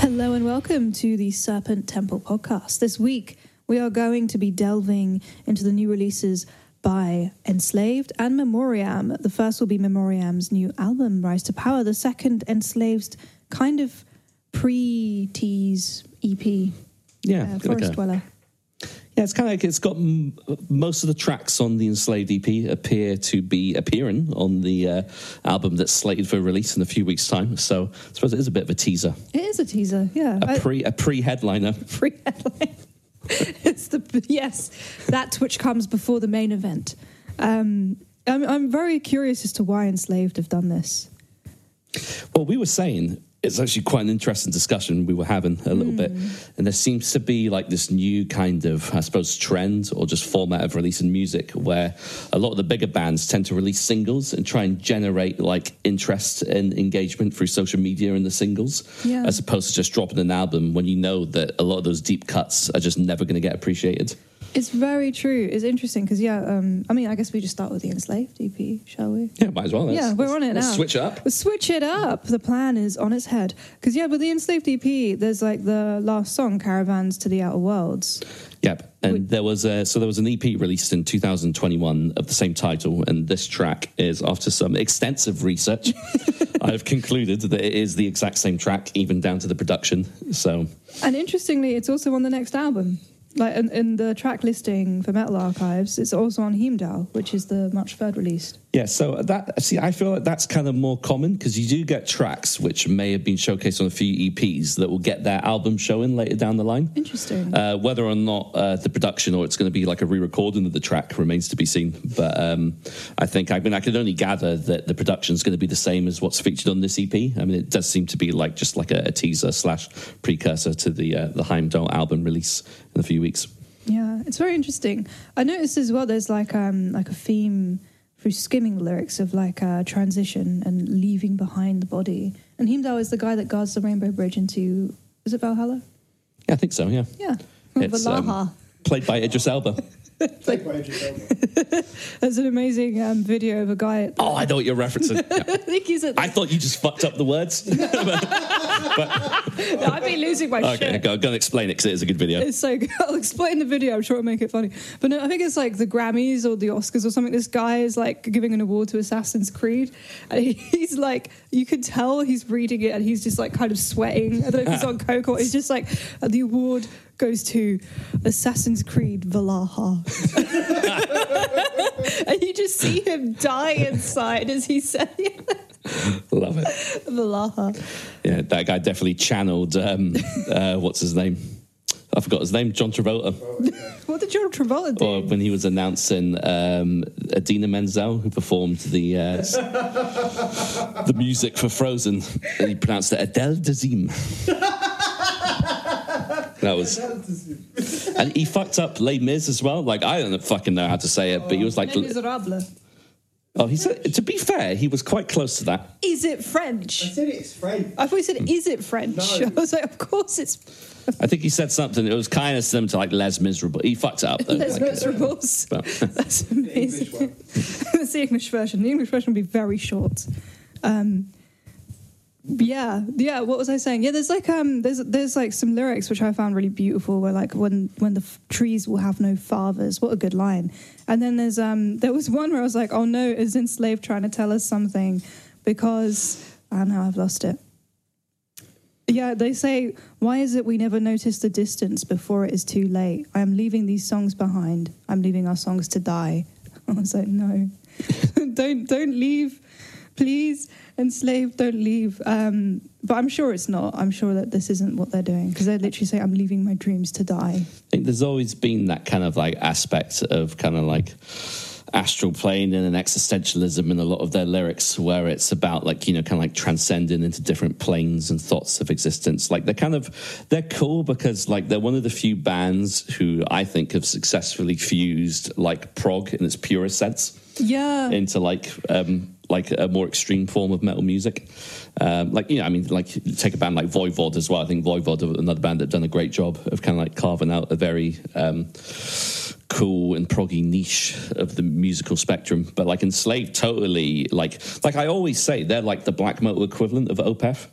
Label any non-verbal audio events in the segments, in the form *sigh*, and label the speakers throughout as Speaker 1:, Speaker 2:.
Speaker 1: Hello and welcome to the Serpent Temple podcast. This week we are going to be delving into the new releases by Enslaved and Memoriam. The first will be Memoriam's new album, Rise to Power. The second, Enslaved's kind of pre tease EP,
Speaker 2: Yeah,
Speaker 1: uh,
Speaker 2: like
Speaker 1: Forest
Speaker 2: a-
Speaker 1: Dweller.
Speaker 2: yeah. It's kind of like it's got m- most of the tracks on the Enslaved EP appear to be appearing on the uh, album that's slated for release in a few weeks' time. So I suppose it is a bit of a teaser,
Speaker 1: It is a teaser, yeah.
Speaker 2: a
Speaker 1: I-
Speaker 2: pre a pre headliner.
Speaker 1: free headline. *laughs* it's the yes, that's which comes before the main event. Um, I'm, I'm very curious as to why Enslaved have done this.
Speaker 2: Well, we were saying it's actually quite an interesting discussion we were having a little bit,
Speaker 1: Mm.
Speaker 2: and there seems to be like this new kind of, I suppose, trend or just format of releasing music where a lot of the bigger bands tend to release singles and try and generate like interest and engagement through social media and the singles,
Speaker 1: Yeah.
Speaker 2: as opposed to just dropping an album when you know that a lot of those deep cuts are just never going to get appreciated.
Speaker 1: It's very true. It's interesting because yeah, um, I mean, I guess we just start with the Enslaved EP, shall we?
Speaker 2: Yeah, might as well. Let's-
Speaker 1: yeah, we're on it
Speaker 2: let's
Speaker 1: now.
Speaker 2: Switch it up.
Speaker 1: Let's Switch it up. The plan is on its head. Because yeah, with the Enslaved EP, there's like the last song, "Caravans to the Outer Worlds."
Speaker 2: Yep, and there was a, so there was an EP released in 2021 of the same title, and this track is after some extensive *laughs* research, I've concluded that it is the exact same track, even down to the production. So
Speaker 1: And interestingly, it's also on the next album. Like in, in the track listing for Metal Archives, it's also on Heimdall, which is the March 3rd released.
Speaker 2: yeah, so that see, I feel like that's kind of more common because you do get tracks which may have been showcased on a few EPs that will get their album showing later down the line.
Speaker 1: Interesting.
Speaker 2: Uh, whether or not uh, the production or it's going to be like a re-recording of the track remains to be seen. But um, I think I mean I can only gather that the production is going to be the same as what's featured on this EP. I mean it does seem to be like just like a, a teaser slash precursor to the uh, the Heimdall album release in a few weeks.
Speaker 1: yeah, it's very interesting. I noticed as well there's like um like a theme through skimming the lyrics of like uh, transition and leaving behind the body. And Heimdall is the guy that guards the Rainbow Bridge into, is it Valhalla?
Speaker 2: Yeah, I think so. Yeah,
Speaker 1: Yeah.
Speaker 2: It's, um, played by Idris Elba.
Speaker 3: Take my Idris Elba.
Speaker 1: There's an amazing um, video of a guy *laughs* at
Speaker 2: Oh, I know what you're referencing. Yeah.
Speaker 1: I think he's at.
Speaker 2: I thought you just fucked up the words. *laughs*
Speaker 1: I've been losing my shit.
Speaker 2: okay, go, go and explain it because it is a good video.
Speaker 1: It's like *laughs* I'll explain the video. I'm sure it'll make it funny. But no, I think it's like the Grammys or the Oscars or something. This guy is like giving an award to Assassin's Creed, and *laughs* he- he's like, you could tell he's reading it, and he's just like kind of sweating. I don't know if he's on coke or he's just like uh, the award goes to Assassin's Creed Valhalla. *laughs* and you just see him die inside as he *laughs* said
Speaker 2: Love it.
Speaker 1: Valhalla.
Speaker 2: Yeah, that guy definitely channeled.
Speaker 1: *laughs*
Speaker 2: Um, uh, what's his name? I forgot his name. John Travolta.
Speaker 1: What did John Travolta do?
Speaker 2: Or when he was announcing um, Adina Menzel, who performed the
Speaker 1: *laughs*
Speaker 2: uh, s- the music for Frozen, and he pronounced it
Speaker 1: *laughs*
Speaker 2: Adele Dazim. That was, and he fucked up Les Mis as well. Like I don't fucking know how to say it, but he was like,
Speaker 1: Les Miserables.
Speaker 2: oh, he said. To be fair, he was quite close to that.
Speaker 1: Is it French?
Speaker 3: I said it's French.
Speaker 1: I thought you said, "Is it French?"
Speaker 3: Mm. No.
Speaker 1: *laughs* I was like, "Of course it's
Speaker 2: I think he said something. It was kind of similar to like Les Miserable. He fucked it up. Though,
Speaker 1: Les
Speaker 2: like,
Speaker 1: Miserables." *laughs*
Speaker 2: well.
Speaker 1: That's
Speaker 3: The English
Speaker 1: amazing. *laughs*
Speaker 3: one.
Speaker 1: That's the English version. The English version will be very short. Um, yeah, yeah. What was I saying? Yeah, there's like um, there's there's like some lyrics which I found really beautiful. Where like when when the f- trees will have no fathers. What a good line. And then there's um, there was one where I was like, "Oh no, is enslaved trying to tell us something?" Because I know I've lost it. Yeah, they say, Why is it we never notice the distance before it is too late? I am leaving these songs behind. I'm leaving our songs to die. *laughs* I was like, No, *laughs* don't, don't leave. Please, enslaved, don't leave. Um, but I'm sure it's not. I'm sure that this isn't what they're doing because they literally say, I'm leaving my dreams to die.
Speaker 2: I think there's always been that kind of like aspect of kind of like astral plane and an existentialism in a lot of their lyrics where it's about like you know kind of like transcending into different planes and thoughts of existence like they're kind of they're cool because like they're one of the few bands who i think have successfully fused like prog in its purest sense
Speaker 1: Yeah.
Speaker 2: into like um, like a more extreme form of metal music. Um, like you know, I mean, like take a band like Voivod as well. I think Voivod are another band that have done a great job of kind of like carving out a very um, cool and proggy niche of the musical spectrum. But like Enslaved, totally like like I always say, they're like the black metal equivalent of Opeth.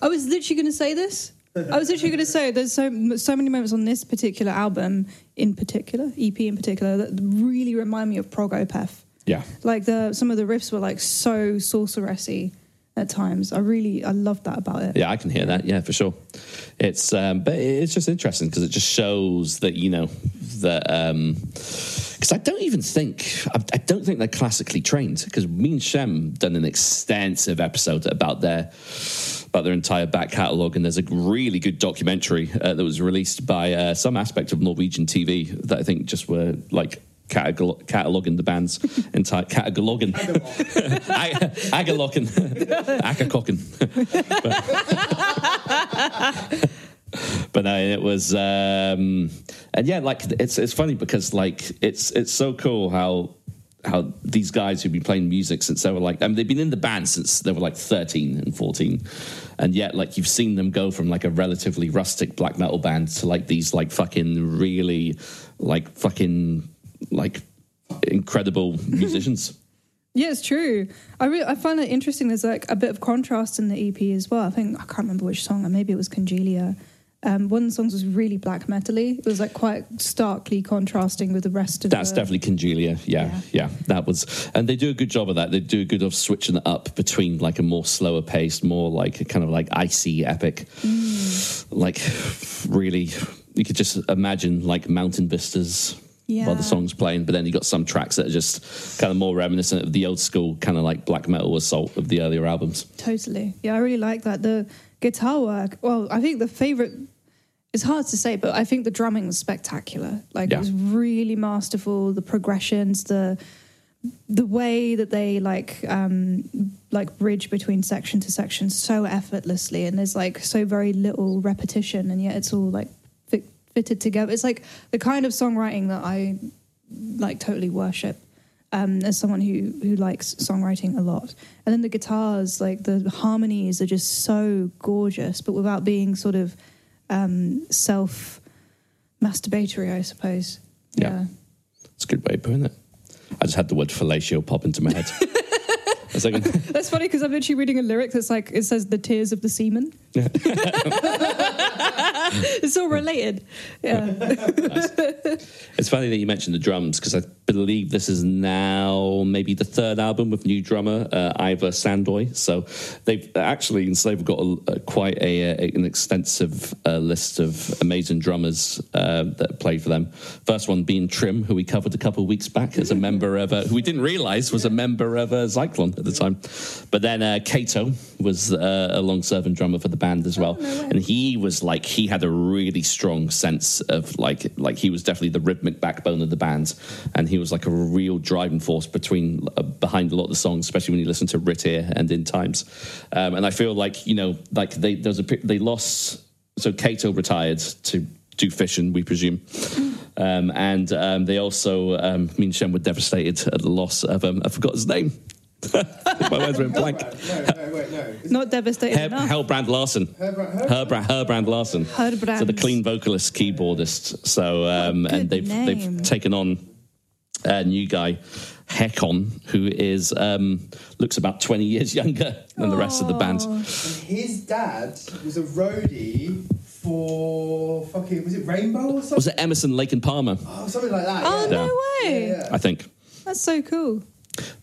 Speaker 1: I was literally going to say this. I was actually going to say there's so so many moments on this particular album, in particular EP in particular, that really remind me of Progopeth.
Speaker 2: Yeah.
Speaker 1: Like the some of the riffs were like so sorceressy at times. I really I loved that about it.
Speaker 2: Yeah, I can hear that. Yeah, for sure. It's um, but it- it's just interesting because it just shows that you know that because I don't even think I, I don't think they're classically trained because me and Shem done an extensive episode about their about their entire back catalogue and there's a really good documentary uh, that was released by uh, some aspect of Norwegian TV that I think just were like. Catalog- cataloging the band's *laughs* entire cataloging, *laughs* Ag- *laughs* agalocking, akakocking. but no, it was um and yeah like it's it's funny because like it's it's so cool how how these guys who've been playing music since they were like I mean they've been in the band since they were like 13 and 14 and yet like you've seen them go from like a relatively rustic black metal band to like these like fucking really like fucking like incredible musicians
Speaker 1: Yeah, it's true. I re- I find it interesting. There's like a bit of contrast in the EP as well. I think I can't remember which song. Maybe it was Congelia. Um, one of the songs was really black metally. It was like quite starkly contrasting with the rest of.
Speaker 2: That's
Speaker 1: the-
Speaker 2: definitely congelia. Yeah, yeah, That was, and they do a good job of that. They do a good of switching it up between like a more slower paced, more like a kind of like icy epic, like really. You could just imagine like mountain vistas while
Speaker 1: Yeah.
Speaker 2: the song's playing, but then you got some tracks that are just kind of more reminiscent of the old school kind of like black metal assault of the earlier albums.
Speaker 1: Totally. Yeah, I really like that. The guitar work. Well, I think the favorite. It's hard to say, but I think the drumming was spectacular. Like
Speaker 2: Yeah.
Speaker 1: it was really masterful. The progressions, the the way that they like um like bridge between section to section so effortlessly, and there's like so very little repetition, and yet it's all like fit, fitted together. It's like the kind of songwriting that I like totally worship um, as someone who who likes songwriting a lot. And then the guitars, like the harmonies, are just so gorgeous, but without being sort of um, self masturbatory, I suppose.
Speaker 2: Yeah. It's a good way of putting it. I just had the word fellatio pop into my head. I was like,
Speaker 1: that's funny because I'm literally reading a lyric that's like it says the tears of the seaman. *laughs* it's all related. Yeah,
Speaker 2: It's funny that you mentioned the drums because I believe this is now maybe the third album with new drummer uh, Ivar Sandoy. So they've uh, actually in Slave have got a, a- quite a, a- an extensive uh, list of amazing drummers uh, that play for them. First one being Trim, who we covered a couple of weeks back as a member of, uh, who we didn't realise was a member of uh, Zyklon at the time. But then uh, Kato was uh, a long-serving drummer for the band as well, and he was like he had a really strong sense of like like he was definitely the rhythmic backbone of the band, and he was like a real driving force between uh, behind a lot of the songs, especially when you listen to Ritir and In Times. Um, and I feel like you know like they there was a pe- they lost so Cato retired to do fishing, we presume. Um, and um, they also, um, me and Shem were devastated at the loss of, um, I forgot his name. *laughs* My words went blank.
Speaker 3: No, no, wait, no. Is
Speaker 1: not devastated
Speaker 2: Herb,
Speaker 1: enough.
Speaker 2: Helbrand Larson.
Speaker 3: Herbrand-
Speaker 2: Herbra- Herbrand Larson.
Speaker 1: Herbrand.
Speaker 2: So the clean vocalist, keyboardist. So um,
Speaker 1: What a good
Speaker 2: and they've
Speaker 1: name.
Speaker 2: they've taken on a new guy, Hekon, who is um, looks about twenty years *laughs* younger than the rest of the band.
Speaker 3: His dad was a roadie for fucking was it Rainbow or
Speaker 2: Was
Speaker 3: something?
Speaker 2: it Emerson Lake and Palmer?
Speaker 3: Oh, something like that.
Speaker 1: Oh
Speaker 3: yeah.
Speaker 1: no way!
Speaker 3: Yeah, yeah.
Speaker 2: I think.
Speaker 1: That's so cool.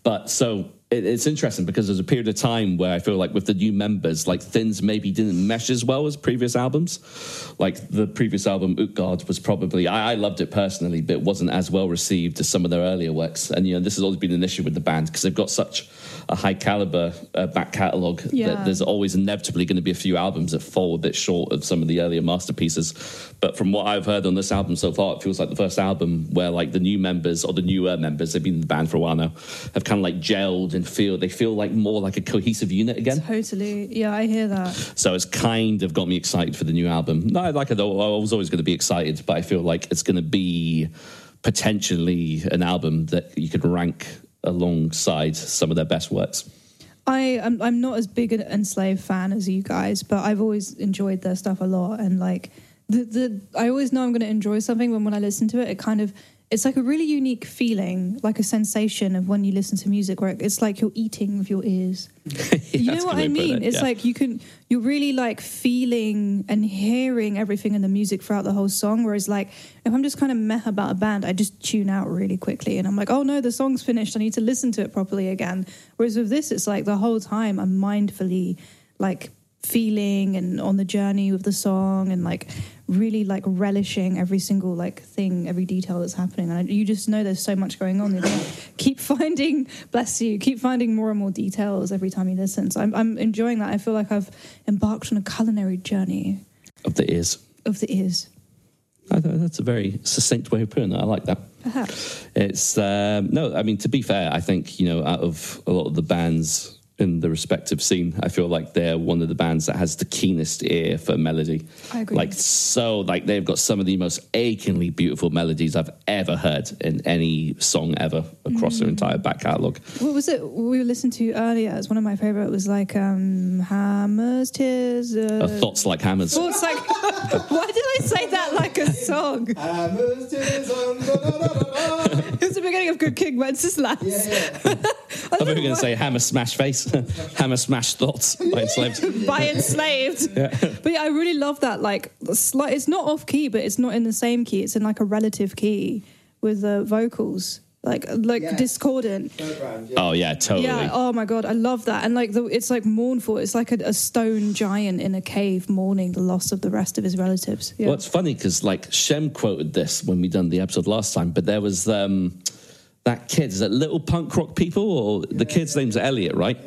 Speaker 2: But so it, it's interesting because there's a period of time where I feel like with the new members, like things maybe didn't mesh as well as previous albums. Like the previous album, Utgard, was probably, I, I loved it personally, but it wasn't as well received as some of their earlier works. And, you know, this has always been an issue with the band because they've got such a high caliber uh, back catalogue that
Speaker 1: Yeah.
Speaker 2: there's always inevitably going to be a few albums that fall a bit short of some of the earlier masterpieces. But from what I've heard on this album so far, it feels like the first album where like the new members or the newer members, they've been in the band for a while now, have kind of like gelled and feel they feel like more like a cohesive unit again.
Speaker 1: Totally. Yeah, I hear that.
Speaker 2: So it's kind of got me excited for the new album. No, I like it though. I was always going to be excited, but I feel like it's going to be potentially an album that you could rank alongside some of their best works. *laughs*
Speaker 1: I am I'm not as big an enslaved fan as you guys, but I've always enjoyed their stuff a lot and like the the I always know I'm going to enjoy something when when I listen to it it kind of it's like a really unique feeling, like a sensation of when you listen to music, where it's like you're eating with your ears.
Speaker 2: *laughs*
Speaker 1: you know what I mean? it's like you can, you're really like feeling and hearing everything in the music throughout the whole song. Whereas, like, if I'm just kind of meh about a band, I just tune out really quickly and I'm like, oh no, the song's finished. I need to listen to it properly again. Whereas with this, it's like the whole time I'm mindfully like feeling and on the journey with the song and like really like relishing every single like thing every detail that's happening and I, you just know there's so much going on You're like, *laughs* keep finding bless you keep finding more and more details every time you listen so I'm, I'm enjoying that i feel like i've embarked on a culinary journey
Speaker 2: of the ears.
Speaker 1: of the ears
Speaker 2: I thought that's a very succinct way of putting it. I like that.
Speaker 1: perhaps
Speaker 2: It's um, no, I mean to be fair, I think you know out of a lot of the bands in the respective scene, I feel like they're one of the bands that has the keenest ear for melody.
Speaker 1: I agree.
Speaker 2: Like so, like they've got some of the most achingly beautiful melodies I've ever heard in any song ever across
Speaker 1: Mm.
Speaker 2: their entire back catalogue.
Speaker 1: what was it we listened to earlier it's one of my favorite was like um hammers tears
Speaker 2: Uh,
Speaker 1: uh,
Speaker 2: thoughts like hammers.
Speaker 1: thoughts like *laughs* why did i say that like a song
Speaker 3: Hammers, tears, um, da, da, da, da, da.
Speaker 1: It's the beginning of Good King, but it's just last.
Speaker 3: Yeah, yeah.
Speaker 1: I
Speaker 2: I thought
Speaker 1: don't
Speaker 2: you were
Speaker 1: know
Speaker 2: going to say hammer smash face, *laughs* hammer smash thoughts
Speaker 1: *laughs*
Speaker 2: by
Speaker 1: why-
Speaker 2: enslaved.
Speaker 1: by
Speaker 2: *laughs*
Speaker 1: enslaved. But yeah, I really love that. Like, slight, it's not off key, but it's not in the same key. It's in like a relative key with the vocals, like like
Speaker 3: Yeah.
Speaker 1: discordant.
Speaker 3: Third round, yeah.
Speaker 2: Oh yeah, totally.
Speaker 1: Yeah. Oh my god, I love that. And like, the, it's like mournful. It's like a, a stone giant in a cave mourning the loss of the rest of his relatives. Yeah.
Speaker 2: Well, it's funny because like Shem quoted this when we done the episode last time, but there was um, that kid, is that little punk rock people or the kid's name's Elliot, right?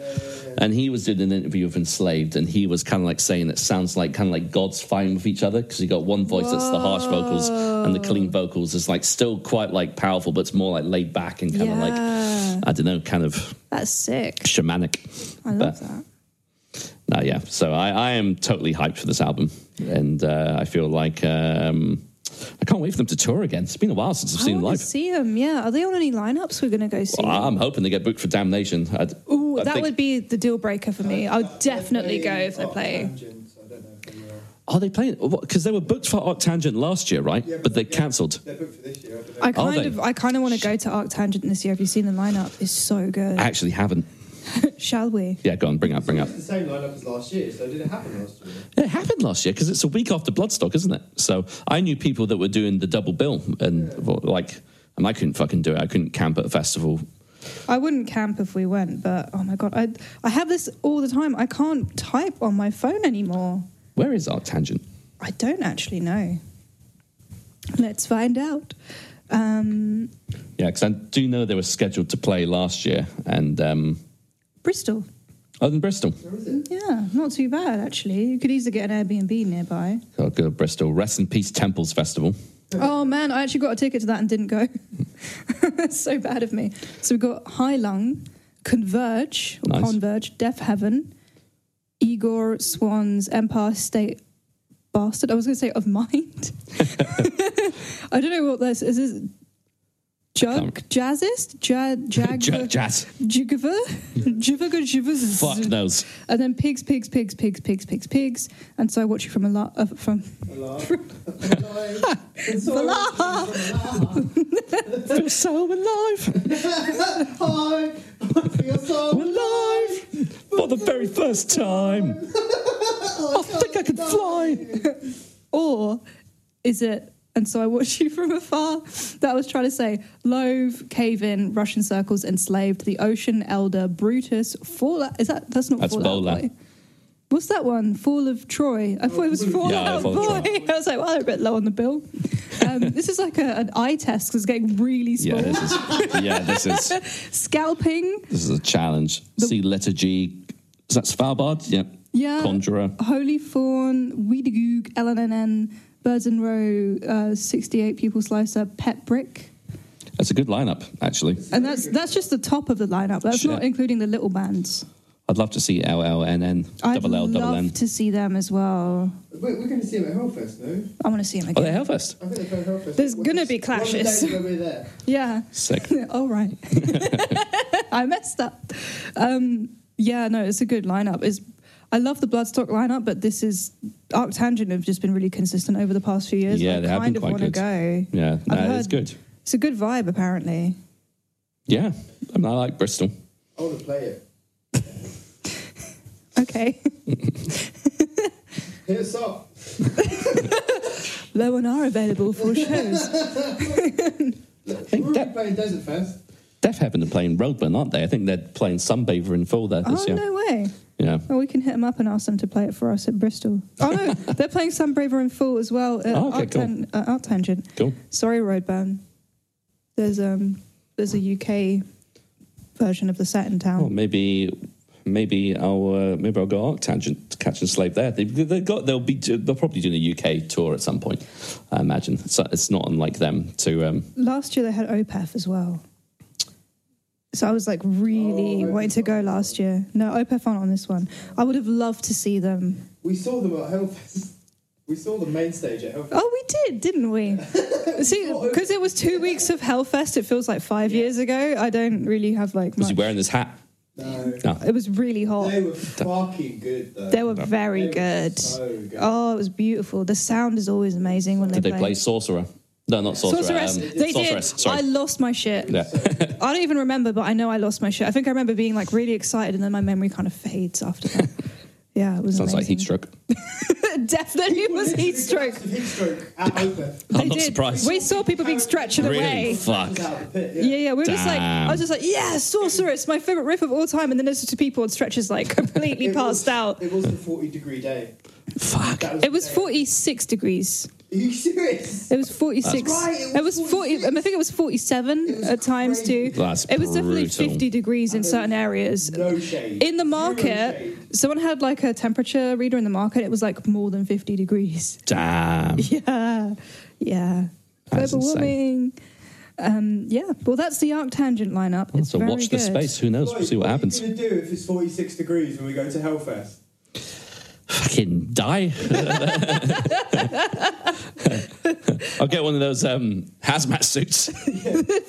Speaker 2: And he was doing an interview with Enslaved, and he was kind of like saying it sounds like kind of like God's fighting with each other because you got one voice that's the harsh vocals and the clean vocals is like still quite like powerful, but it's more like laid back and kind of
Speaker 1: Yeah.
Speaker 2: like I don't know, kind of
Speaker 1: That's sick.
Speaker 2: shamanic.
Speaker 1: I
Speaker 2: But-
Speaker 1: love that.
Speaker 2: no, Uh, yeah. So I, I am totally hyped for this album, and uh, I feel like um, I can't wait for them to tour again. It's been a while since Oh, I've seen
Speaker 1: I
Speaker 2: them
Speaker 1: want
Speaker 2: live.
Speaker 1: to see them. Yeah. Are they on any lineups we're gonna go see?
Speaker 2: Well, I'm hoping they get booked for Damnation. I'd,
Speaker 1: Ooh,
Speaker 2: I
Speaker 1: that
Speaker 2: think-
Speaker 1: would be the deal breaker for me. I would definitely go if they
Speaker 3: Hot
Speaker 1: play.
Speaker 3: Tangents, I don't know if they will.
Speaker 2: Are they playing? Because they were booked for Octangent last year, right?
Speaker 3: Yeah,
Speaker 2: but they
Speaker 3: yeah,
Speaker 2: cancelled.
Speaker 3: They're booked for this year. I don't know.
Speaker 1: I
Speaker 2: Are
Speaker 1: kind
Speaker 2: they?
Speaker 1: of, I kind of want to go to Arctangent this year. Have you seen the lineup? It's so good.
Speaker 2: I actually haven't.
Speaker 1: *laughs* Shall we?
Speaker 2: Yeah, go on, bring up, bring up.
Speaker 3: It's the same lineup as last year, so did it happen last year?
Speaker 2: It happened last year because it's a week after Bloodstock, isn't it? So I knew people that were doing the double bill, and well, like, and I couldn't fucking do it. I couldn't camp at a festival.
Speaker 1: I wouldn't camp if we went, but oh my god, I, I have this all the time. I can't type on my phone anymore.
Speaker 2: Where is Arctangent?
Speaker 1: I don't actually know. Let's find out. Um,
Speaker 2: Yeah, because I do know they were scheduled to play last year, and um,
Speaker 1: Bristol.
Speaker 2: other than Bristol.
Speaker 3: Where is it?
Speaker 1: Yeah, not too bad actually. You could easily get an Airbnb nearby.
Speaker 2: Oh, good, Bristol. Rest in Peace Temples Festival.
Speaker 1: Oh man, I actually got a ticket to that and didn't go. *laughs* That's so bad of me. So we've got High Lung, Converge, or
Speaker 2: Nice.
Speaker 1: Converge, Deaf Heaven, Igor Swan's Empire State Bastard. I was going to say of *laughs* Mind. I don't know what this is. Is it Jug? Jazzist? Ja, jag,
Speaker 2: J- jazz.
Speaker 1: Jugava? Juvaga Juvaz.
Speaker 2: Fuck knows.
Speaker 1: And then pigs, pigs, pigs, pigs, pigs, pigs, pigs. And so I watch you from a lot uh, from
Speaker 3: Alive. Alive. It's all
Speaker 1: Alive.
Speaker 3: alive.
Speaker 2: Feel so alive.
Speaker 3: Hi. I feel so
Speaker 2: Alive. For the very first time. I think I could fly.
Speaker 1: Or is it, and so I watch *laughs* you from afar? That was trying to say Love, Cave In, Russian Circles, Enslaved, The Ocean, Elder, Brutus, Fallout. Is that, that's not
Speaker 2: That's
Speaker 1: Fallout
Speaker 2: Bowler.
Speaker 1: Boy. What's that one? Fall of Troy. I thought it was Fallout
Speaker 2: Yeah, I thought
Speaker 1: Boy. *laughs* I was like, well, they're a bit low on the bill.
Speaker 2: *laughs*
Speaker 1: Um, this is like a, an eye test 'cause it's getting really small.
Speaker 2: Yeah, this is. Yeah, this is.
Speaker 1: *laughs* Scalping,
Speaker 2: This is a challenge. See letter G. Is that Svalbard? Yep.
Speaker 1: Yeah.
Speaker 2: Conjurer.
Speaker 1: Holy Fawn, Weedagoog, LNNN, Birds in Row, uh, 68 Pupil Slicer, Pet Brick.
Speaker 2: That's a good lineup, actually.
Speaker 1: And that's that's just the top of the lineup. That's
Speaker 2: Shit.
Speaker 1: not including the little bands.
Speaker 2: I'd love to see LLNN.
Speaker 1: I'd
Speaker 2: Double L, double
Speaker 1: love
Speaker 2: N.
Speaker 1: to see them as well.
Speaker 3: We're, we're going to see him at Hellfest, no?
Speaker 1: I want to see them
Speaker 2: Oh, they're
Speaker 1: again.
Speaker 2: Hellfest.
Speaker 3: I think they're playing Hellfest.
Speaker 1: There's
Speaker 3: One-
Speaker 1: gonna be
Speaker 3: one of the
Speaker 1: clashes.
Speaker 3: days when we're there.
Speaker 1: yeah.
Speaker 2: Sick.
Speaker 1: *laughs* All
Speaker 2: *laughs*
Speaker 1: right. I messed up. Um, yeah, no, it's a good lineup. It's I love the Bloodstock lineup, but this is Arctangent have just been really consistent over the past few years.
Speaker 2: Yeah,
Speaker 1: I
Speaker 2: they have
Speaker 1: kind of
Speaker 2: been quite
Speaker 1: want to
Speaker 2: good.
Speaker 1: go.
Speaker 2: Yeah,
Speaker 1: I've
Speaker 2: no, it's
Speaker 1: heard-
Speaker 2: good.
Speaker 1: It's a good vibe, apparently.
Speaker 2: Yeah, I, mean, I like Bristol.
Speaker 3: I want to play it.
Speaker 1: Okay. *laughs*
Speaker 3: Hit us up.
Speaker 1: Low and are available
Speaker 2: *laughs*
Speaker 1: for shows.
Speaker 3: Look,
Speaker 2: think
Speaker 3: we're already
Speaker 2: that-
Speaker 3: playing Desert Fest.
Speaker 2: Def Heaven are playing Roadburn, aren't they? I think they're playing Sunbather in full there
Speaker 1: oh,
Speaker 2: this year.
Speaker 1: no way.
Speaker 2: Yeah.
Speaker 1: Well, we can hit them up and ask them to play it for us at Bristol. Oh, no, *laughs* they're playing Some Braver in Full as well at
Speaker 2: Oh, okay,
Speaker 1: Art, Tan- uh, Art Tangent.
Speaker 2: Cool.
Speaker 1: Sorry, Roadburn. There's, um, there's a UK version of the set in town.
Speaker 2: Well, maybe maybe I'll uh, maybe I'll go Arctangent to catch and slave there. They, they got they'll be do- they'll probably do a UK tour at some point. I imagine so it's not unlike them to. Um,
Speaker 1: last year they had OPEF as well. So I was like really
Speaker 3: Oh,
Speaker 1: wanting to go last year. No, OPEF aren't on this one. I would have loved to see them.
Speaker 3: We saw them at Hellfest. We saw the main stage at Hellfest.
Speaker 1: Oh, we did, didn't we? see, because it was two weeks of Hellfest, it feels like five years ago. I don't really have like
Speaker 2: was
Speaker 1: much.
Speaker 2: he wearing his hat?
Speaker 3: No.
Speaker 2: No.
Speaker 1: It was really hot.
Speaker 3: They were fucking good though.
Speaker 1: They were
Speaker 2: No.
Speaker 1: very
Speaker 3: They were
Speaker 1: good.
Speaker 3: So good.
Speaker 1: Oh, it was beautiful. The sound is always amazing when they,
Speaker 2: Did they play Sorcerer? No, not Sorcerer.
Speaker 1: Sorceress.
Speaker 2: um,
Speaker 1: they did.
Speaker 2: Sorceress, Sorry.
Speaker 1: I lost my shit.
Speaker 2: yeah. *laughs*
Speaker 1: I don't even remember, but I know I lost my shit. I think I remember being like really excited, and then my memory kind of fades after
Speaker 2: *laughs*
Speaker 1: that. yeah, it was
Speaker 2: Sounds like
Speaker 1: amazing.
Speaker 2: heat stroke.
Speaker 1: *laughs* Definitely
Speaker 3: People
Speaker 1: was
Speaker 3: literally
Speaker 1: heat
Speaker 3: collapsed
Speaker 1: stroke.
Speaker 3: with Heat stroke at Opeth.
Speaker 1: They
Speaker 2: *laughs* I'm not
Speaker 1: did.
Speaker 2: surprised.
Speaker 1: We saw people being stretched
Speaker 2: Really?
Speaker 1: away.
Speaker 2: Fuck.
Speaker 3: Out of the pit,
Speaker 1: Yeah, yeah. We were just like,
Speaker 2: Damn.
Speaker 1: I was just like, yeah, sorceress, my favorite riff of all time. And then there's just people on stretchers like *laughs* completely
Speaker 3: It
Speaker 1: passed
Speaker 3: was,
Speaker 1: out.
Speaker 3: It was the 40 degree day.
Speaker 2: Fuck.
Speaker 3: That was
Speaker 1: It was
Speaker 3: the day.
Speaker 1: 46 degrees.
Speaker 3: Are you serious?
Speaker 1: It was 46.
Speaker 3: right, it
Speaker 1: it
Speaker 3: was
Speaker 1: was 40. um, I think it was 47
Speaker 3: It was
Speaker 1: at times
Speaker 3: crazy.
Speaker 1: too.
Speaker 2: That's
Speaker 1: it was definitely
Speaker 2: brutal.
Speaker 1: 50 degrees in
Speaker 3: And there
Speaker 1: certain
Speaker 3: was
Speaker 1: areas.
Speaker 3: No shade.
Speaker 1: in the
Speaker 3: Zero
Speaker 1: market,
Speaker 3: shade.
Speaker 1: someone had like a temperature reader in the market. It was like more than 50 degrees. *laughs*
Speaker 2: Damn.
Speaker 1: Yeah. Yeah.
Speaker 2: That's
Speaker 1: Global
Speaker 2: insane.
Speaker 1: warming. Um, yeah. Well, that's the Arctangent lineup. it's
Speaker 2: so
Speaker 1: very
Speaker 2: watch
Speaker 1: good. *laughs*
Speaker 2: the space. Who knows? We'll
Speaker 3: Lloyd,
Speaker 2: see what
Speaker 3: are
Speaker 2: happens.
Speaker 3: you going to do if it's 46 degrees when we go to Hellfest?
Speaker 2: Fucking die. *laughs* I'll get one of those um, hazmat suits *laughs*
Speaker 1: For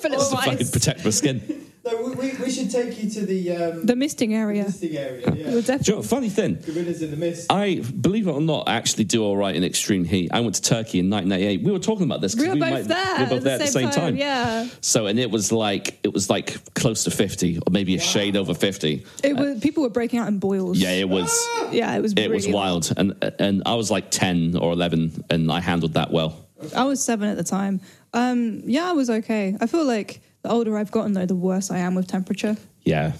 Speaker 1: the
Speaker 2: to fucking
Speaker 1: spice.
Speaker 2: protect my skin.
Speaker 3: No, we, we, we should take you to the um,
Speaker 1: The misting area.
Speaker 3: listing area.
Speaker 1: We'll
Speaker 3: Yeah.
Speaker 2: Do you
Speaker 1: definitely.
Speaker 2: know, funny thing,
Speaker 3: Gorillas in the mist.
Speaker 2: I believe it or not, actually do all right in extreme heat. I went to Turkey in 1988. We were talking about this
Speaker 1: We
Speaker 2: because
Speaker 1: were
Speaker 2: we,
Speaker 1: both
Speaker 2: might-
Speaker 1: there.
Speaker 2: we were both there at the same, time.
Speaker 1: Yeah.
Speaker 2: So and it was like it was like close to 50 or maybe a shade over 50.
Speaker 1: It was, people were breaking out in boils.
Speaker 2: Uh, Yeah,
Speaker 1: *gasps*
Speaker 2: it was
Speaker 1: Yeah, it was.
Speaker 2: it was
Speaker 1: really-
Speaker 2: wild, and and I was like 10 or 11, and I handled that well.
Speaker 1: I was seven at the time. Um, yeah, I was okay. I feel like the older I've gotten, though, the worse I am with temperature.
Speaker 2: Yeah.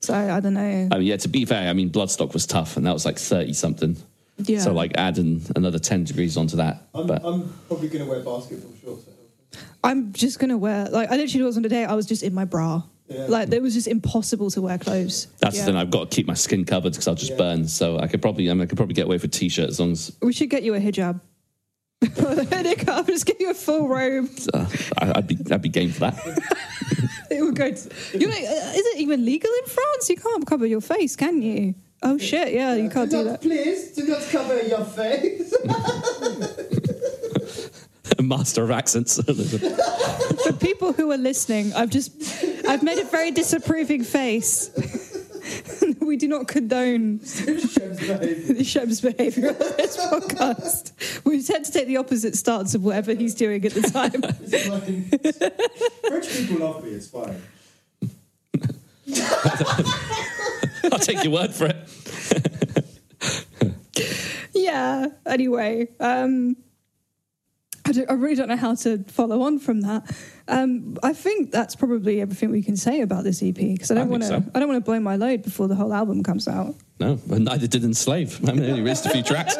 Speaker 1: So I, I don't know.
Speaker 2: I mean, yeah. To be fair, I mean, Bloodstock was tough, and that was like 30 something.
Speaker 1: Yeah.
Speaker 2: So like adding another 10 degrees onto that.
Speaker 3: I'm,
Speaker 2: but
Speaker 3: I'm probably going to wear basketball shorts. at Hellfest.
Speaker 1: I'm just gonna wear like I literally was on the day I was just in my bra.
Speaker 3: Yeah.
Speaker 1: Like it was just impossible to wear clothes.
Speaker 2: that's
Speaker 1: Yeah.
Speaker 2: the thing. I've got to keep my skin covered because I'll just
Speaker 3: Yeah.
Speaker 2: burn. So I could probably I mean I could probably get away with a t-shirt as long as
Speaker 1: We should get you a hijab. *laughs* Nick, I'll just get you a full robe. *laughs*
Speaker 2: Uh, I- I'd be I'd be game for that. *laughs*
Speaker 1: It will go. To, you're like, uh, is it even legal in France? You can't cover your face, can you? Oh shit! Yeah, you can't do
Speaker 3: not,
Speaker 1: that.
Speaker 3: Please do not cover your face. *laughs*
Speaker 2: Master of accents. *laughs*
Speaker 1: For people who are listening, I've just I've made a very disapproving face. *laughs* we do not condone
Speaker 3: Shem's behaviour.
Speaker 1: Shem's behaviour on this podcast. We tend to take the opposite stance of whatever he's doing at the
Speaker 2: *laughs*
Speaker 1: time.
Speaker 3: It's fine. French people love me. It's fine.
Speaker 2: I'll take your word for it.
Speaker 1: yeah anyway um I, don't- I really don't know how to follow on from that um i think that's probably everything we can say about this ep because i
Speaker 2: I
Speaker 1: don't
Speaker 2: think
Speaker 1: want to
Speaker 2: so.
Speaker 1: i don't want to blow my load before the whole album comes out
Speaker 2: No, but neither did Enslave. I mean, they only released a few tracks.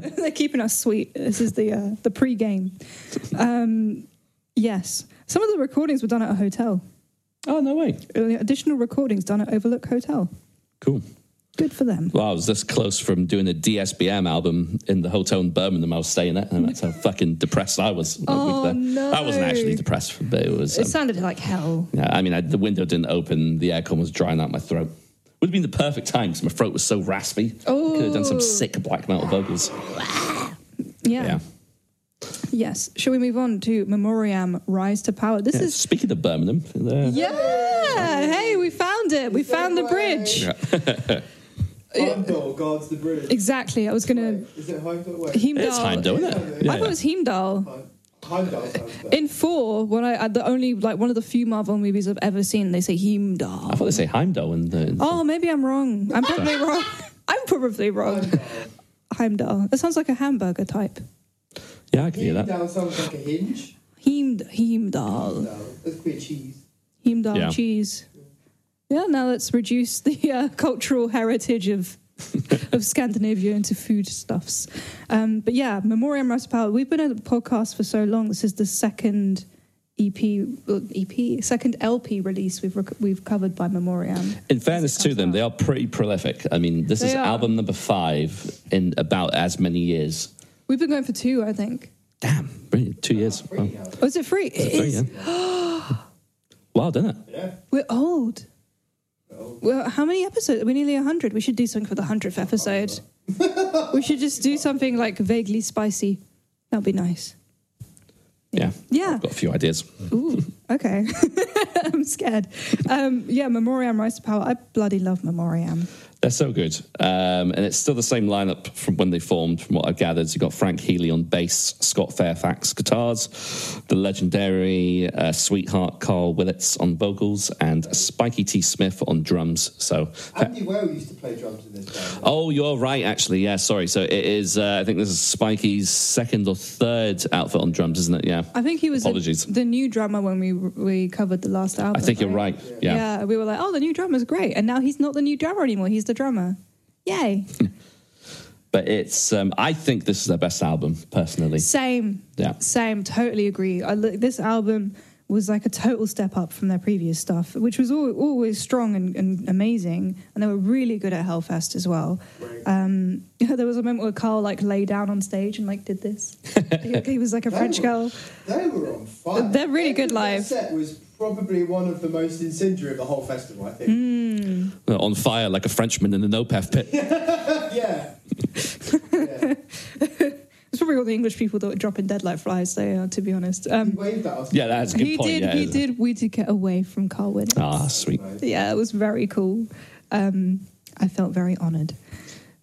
Speaker 1: *laughs* they're keeping us sweet this is the uh, the pre-game um yes some of the recordings were done at a hotel
Speaker 2: Oh no way!
Speaker 1: additional recordings done at overlook hotel
Speaker 2: Cool.
Speaker 1: good for them
Speaker 2: Well, I was this close from doing a DSBM album in the hotel in Birmingham I was staying at, and that's how fucking depressed I was. that week
Speaker 1: Oh,
Speaker 2: there.
Speaker 1: no.
Speaker 2: I wasn't actually depressed, but it was.
Speaker 1: it
Speaker 2: Um,
Speaker 1: sounded like hell
Speaker 2: yeah, I mean, I, the window didn't open. The aircon was drying out my throat. Would have been the perfect time because my throat was so raspy. I could have done
Speaker 1: Oh.
Speaker 2: some sick black metal vocals.
Speaker 1: yeah,
Speaker 2: Yeah.
Speaker 1: yes shall we move on to memoriam rise to power this
Speaker 2: yeah.
Speaker 1: is
Speaker 2: Speaking of Birmingham, uh, there.
Speaker 1: Yeah! Hey, we found it. We found the bridge.
Speaker 3: Heimdall guards the bridge.
Speaker 1: Exactly. I was gonna
Speaker 3: Is it Heimdall? Wait.
Speaker 1: Heimdall.
Speaker 2: It's Heimdall, isn't it?
Speaker 1: I thought it was Heimdall.
Speaker 3: Heim- Heimdall sounds better.
Speaker 1: In four, when I, I the only like one of the few Marvel movies I've ever seen, they say
Speaker 2: I
Speaker 1: Heimdall.
Speaker 2: thought they say Heimdall uh, in the. in the-
Speaker 1: Oh, maybe I'm wrong. I'm probably *laughs* wrong. I'm probably wrong.
Speaker 3: Heimdall.
Speaker 1: Heimdall. That sounds like a hamburger type.
Speaker 2: yeah, I can hear that.
Speaker 3: Heimdall sounds like a hinge.
Speaker 1: Heimd Heimdall.
Speaker 3: No, that's queer cheese.
Speaker 1: Heimdall
Speaker 2: Yeah.
Speaker 1: cheese. Yeah, now let's reduce the uh, cultural heritage *laughs* of of Scandinavia into foodstuffs. Um, but yeah, Memoriam Rasipal. We've been at the podcast for so long. This is the second EP, uh, EP, second LP release we've rec- we've covered by Memoriam.
Speaker 2: In fairness to them, they are pretty prolific. I mean, this
Speaker 1: They
Speaker 2: is
Speaker 1: are.
Speaker 2: album number five in about as many years.
Speaker 1: We've been going for two, I think.
Speaker 2: Damn, brilliant. Two years.
Speaker 3: Free
Speaker 2: Wow.
Speaker 3: now.
Speaker 1: Oh, is it free? It
Speaker 2: Three,
Speaker 1: is. *gasps*
Speaker 2: yeah. Wild, isn't it?
Speaker 3: Yeah.
Speaker 1: We're old.
Speaker 3: Oh.
Speaker 1: Well, how many episodes? We're nearly 100. We should do something for the 100th episode. we should just do something like vaguely spicy. That would be nice.
Speaker 2: Yeah.
Speaker 1: Yeah.
Speaker 2: I've got a few ideas.
Speaker 1: Ooh, okay. *laughs* I'm scared. Um, yeah, Memoriam Rise to Power. I bloody love Memoriam.
Speaker 2: They're so good. Um, and it's still the same lineup from when they formed, from what I've gathered. You've got Frank Healy on bass, Scott Fairfax guitars, the legendary uh, sweetheart Carl Willits on vocals, and Spiky T. Smith on drums. So,
Speaker 3: Andy Well used to play drums in this band.
Speaker 2: oh, you're right, actually. Yeah, sorry. So it is, uh, I think this is Spiky's second or third outfit on drums, isn't it? Yeah.
Speaker 1: I think he was the-
Speaker 2: Apologies.
Speaker 1: the new drummer when we we covered the last album.
Speaker 2: I think you're right. Yeah.
Speaker 1: we were like, oh, the new drummer's great. And now he's not the new drummer anymore. He's the drummer. Yay.
Speaker 2: But it's, um, I think this is their best album, personally.
Speaker 1: Same.
Speaker 2: Yeah.
Speaker 1: Same. Totally agree. I look, this album was like a total step up from their previous stuff, which was al always strong and, and amazing. And they were really good at Hellfest as well.
Speaker 3: Right.
Speaker 1: Um, *laughs* there was a moment where Carl like lay down on stage and like did this. he, he was like a
Speaker 2: *laughs* Oh.
Speaker 1: French girl.
Speaker 3: They were on fire.
Speaker 1: They're really good
Speaker 3: Every
Speaker 1: live.
Speaker 3: set was probably one of the most incendiary of the whole festival, I think.
Speaker 2: On fire like a Frenchman in an OPEF pit. *laughs*
Speaker 3: Yeah. yeah.
Speaker 1: It's probably all the English people that were dropping dead like flies. They are, to be honest.
Speaker 3: He
Speaker 1: Um,
Speaker 3: waved at us.
Speaker 2: Yeah, that's a good
Speaker 1: he
Speaker 2: point.
Speaker 1: did.
Speaker 2: yeah.
Speaker 1: He did. We did get away from Carl Winners.
Speaker 2: Ah, sweet.
Speaker 3: Right.
Speaker 1: Yeah, it was very cool. Um, I felt very honoured.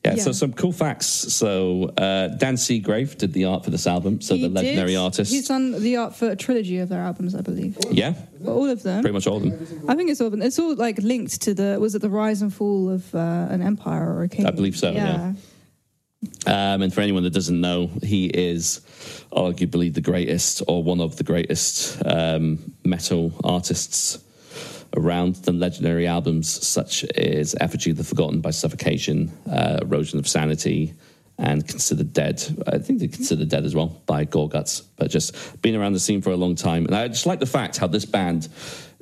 Speaker 2: Yeah, so
Speaker 1: Yeah.
Speaker 2: some cool facts. So uh, Dan Seagrave did the art for this album, so
Speaker 1: He
Speaker 2: the legendary
Speaker 1: did.
Speaker 2: artist.
Speaker 1: He's done the art for a trilogy of their albums, I believe.
Speaker 2: yeah,
Speaker 1: All of them.
Speaker 2: pretty much all of them.
Speaker 3: Every single-
Speaker 1: I think it's all. of them. It's all like linked to the. Was it the rise and fall of uh, an empire or a king?
Speaker 2: I believe so, yeah. Um, and for anyone that doesn't know, he is arguably the greatest or one of the greatest um, metal artists around. The legendary albums such as Effigy of the Forgotten by Suffocation, uh, Erosion of Sanity, and Considered Dead. I think they Considered Dead as well by Gorguts, but just been around the scene for a long time. And I just like the fact how this band.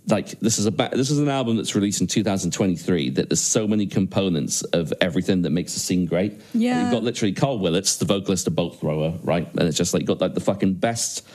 Speaker 2: Like this is a ba- this is an album that's released in 2023 that there's so many components of everything that makes a scene great.
Speaker 1: Yeah.
Speaker 2: you've got literally Carl Willits, the vocalist of Bolt Thrower, right? And it's just like got like the fucking best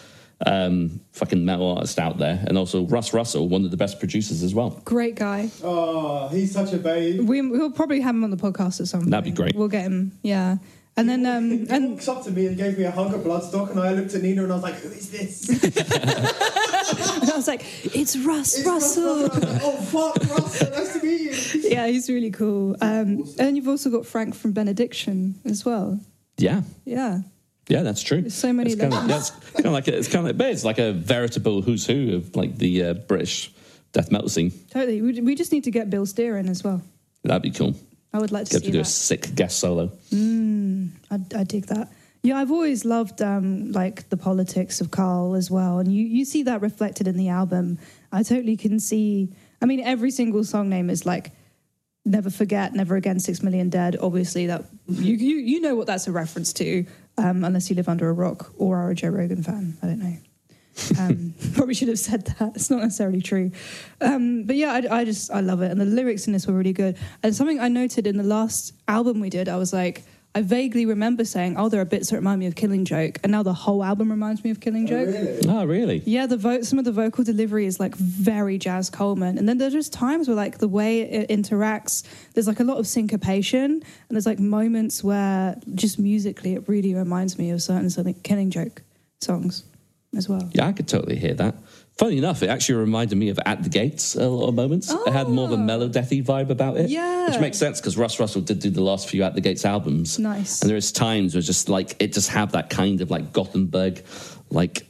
Speaker 2: um, fucking metal artist out there, and also Russ Russell, one of the best producers as well.
Speaker 1: Great guy.
Speaker 3: Oh, he's such a babe.
Speaker 1: We, we'll probably have him on the podcast at some point.
Speaker 2: That'd be great.
Speaker 1: We'll get him. Yeah. And then um
Speaker 3: He
Speaker 1: and *laughs*
Speaker 3: walks up to me and gave me a hug of bloodstock, and I looked at Nina and I was like, "Who is this?"
Speaker 1: I was like, it's Russ *laughs*
Speaker 3: It's
Speaker 1: Russell.
Speaker 3: Russell. I was like, oh fuck, Russell! Nice to meet you.
Speaker 1: Yeah, he's really cool. Um, and you've also got Frank from Benediction as well.
Speaker 2: Yeah,
Speaker 1: Yeah.
Speaker 2: yeah, that's true.
Speaker 1: There's so many
Speaker 2: It's kind of,
Speaker 1: legends.
Speaker 2: yeah, it's kind of like a, it's kind of but it's like a veritable who's who of like the uh, British death metal scene.
Speaker 1: Totally. We, we just need to get Bill Steer in as well.
Speaker 2: That'd be cool.
Speaker 1: I would like to
Speaker 2: Get
Speaker 1: see
Speaker 2: to do a
Speaker 1: that.
Speaker 2: sick guest solo.
Speaker 1: I, I dig that. Yeah, I've always loved um, like the politics of Carl as well, and you you see that reflected in the album. I totally can see. I mean, every single song name is like "Never Forget," "Never Again," "Six Million Dead." Obviously, that you you, you know what that's a reference to, um, unless you live under a rock or are a Joe Rogan fan. I don't know. Um, *laughs* probably should have said that. It's not necessarily true. Um, but yeah, I, I just, I love it. And the lyrics in this were really good. And something I noted in the last album we did, I was like, I vaguely remember saying, oh, there are bits that remind me of Killing Joke. And now the whole album reminds me of Killing
Speaker 3: Oh,
Speaker 1: Joke.
Speaker 3: really?
Speaker 2: Oh, really?
Speaker 1: Yeah, the vo- some of the vocal delivery is like very Jazz Coleman, and then there's just times where like the way it interacts, there's like a lot of syncopation, and there's like moments where just musically it really reminds me of certain something Killing Joke songs as well.
Speaker 2: Yeah, I could totally hear that. Funny enough, it actually reminded me of At the Gates a lot of moments. It had more of a
Speaker 1: Ah.
Speaker 2: mellow deathy vibe about it.
Speaker 1: Yeah.
Speaker 2: Which makes sense because Russ Russell did do the last few At the Gates albums.
Speaker 1: Nice.
Speaker 2: And there is times where just like it just have that kind of like Gothenburg like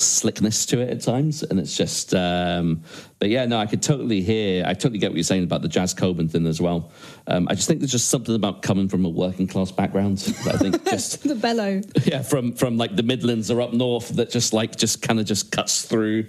Speaker 2: slickness to it at times, and it's just. Um, but yeah, no, I could totally hear. I totally get what you're saying about the Jazz Coburn thing as well. Um, I just think there's just something about coming from a working class background that
Speaker 1: *laughs*
Speaker 2: I think just
Speaker 1: the bellow.
Speaker 2: yeah from from like the Midlands or up north that just like just kind of just cuts through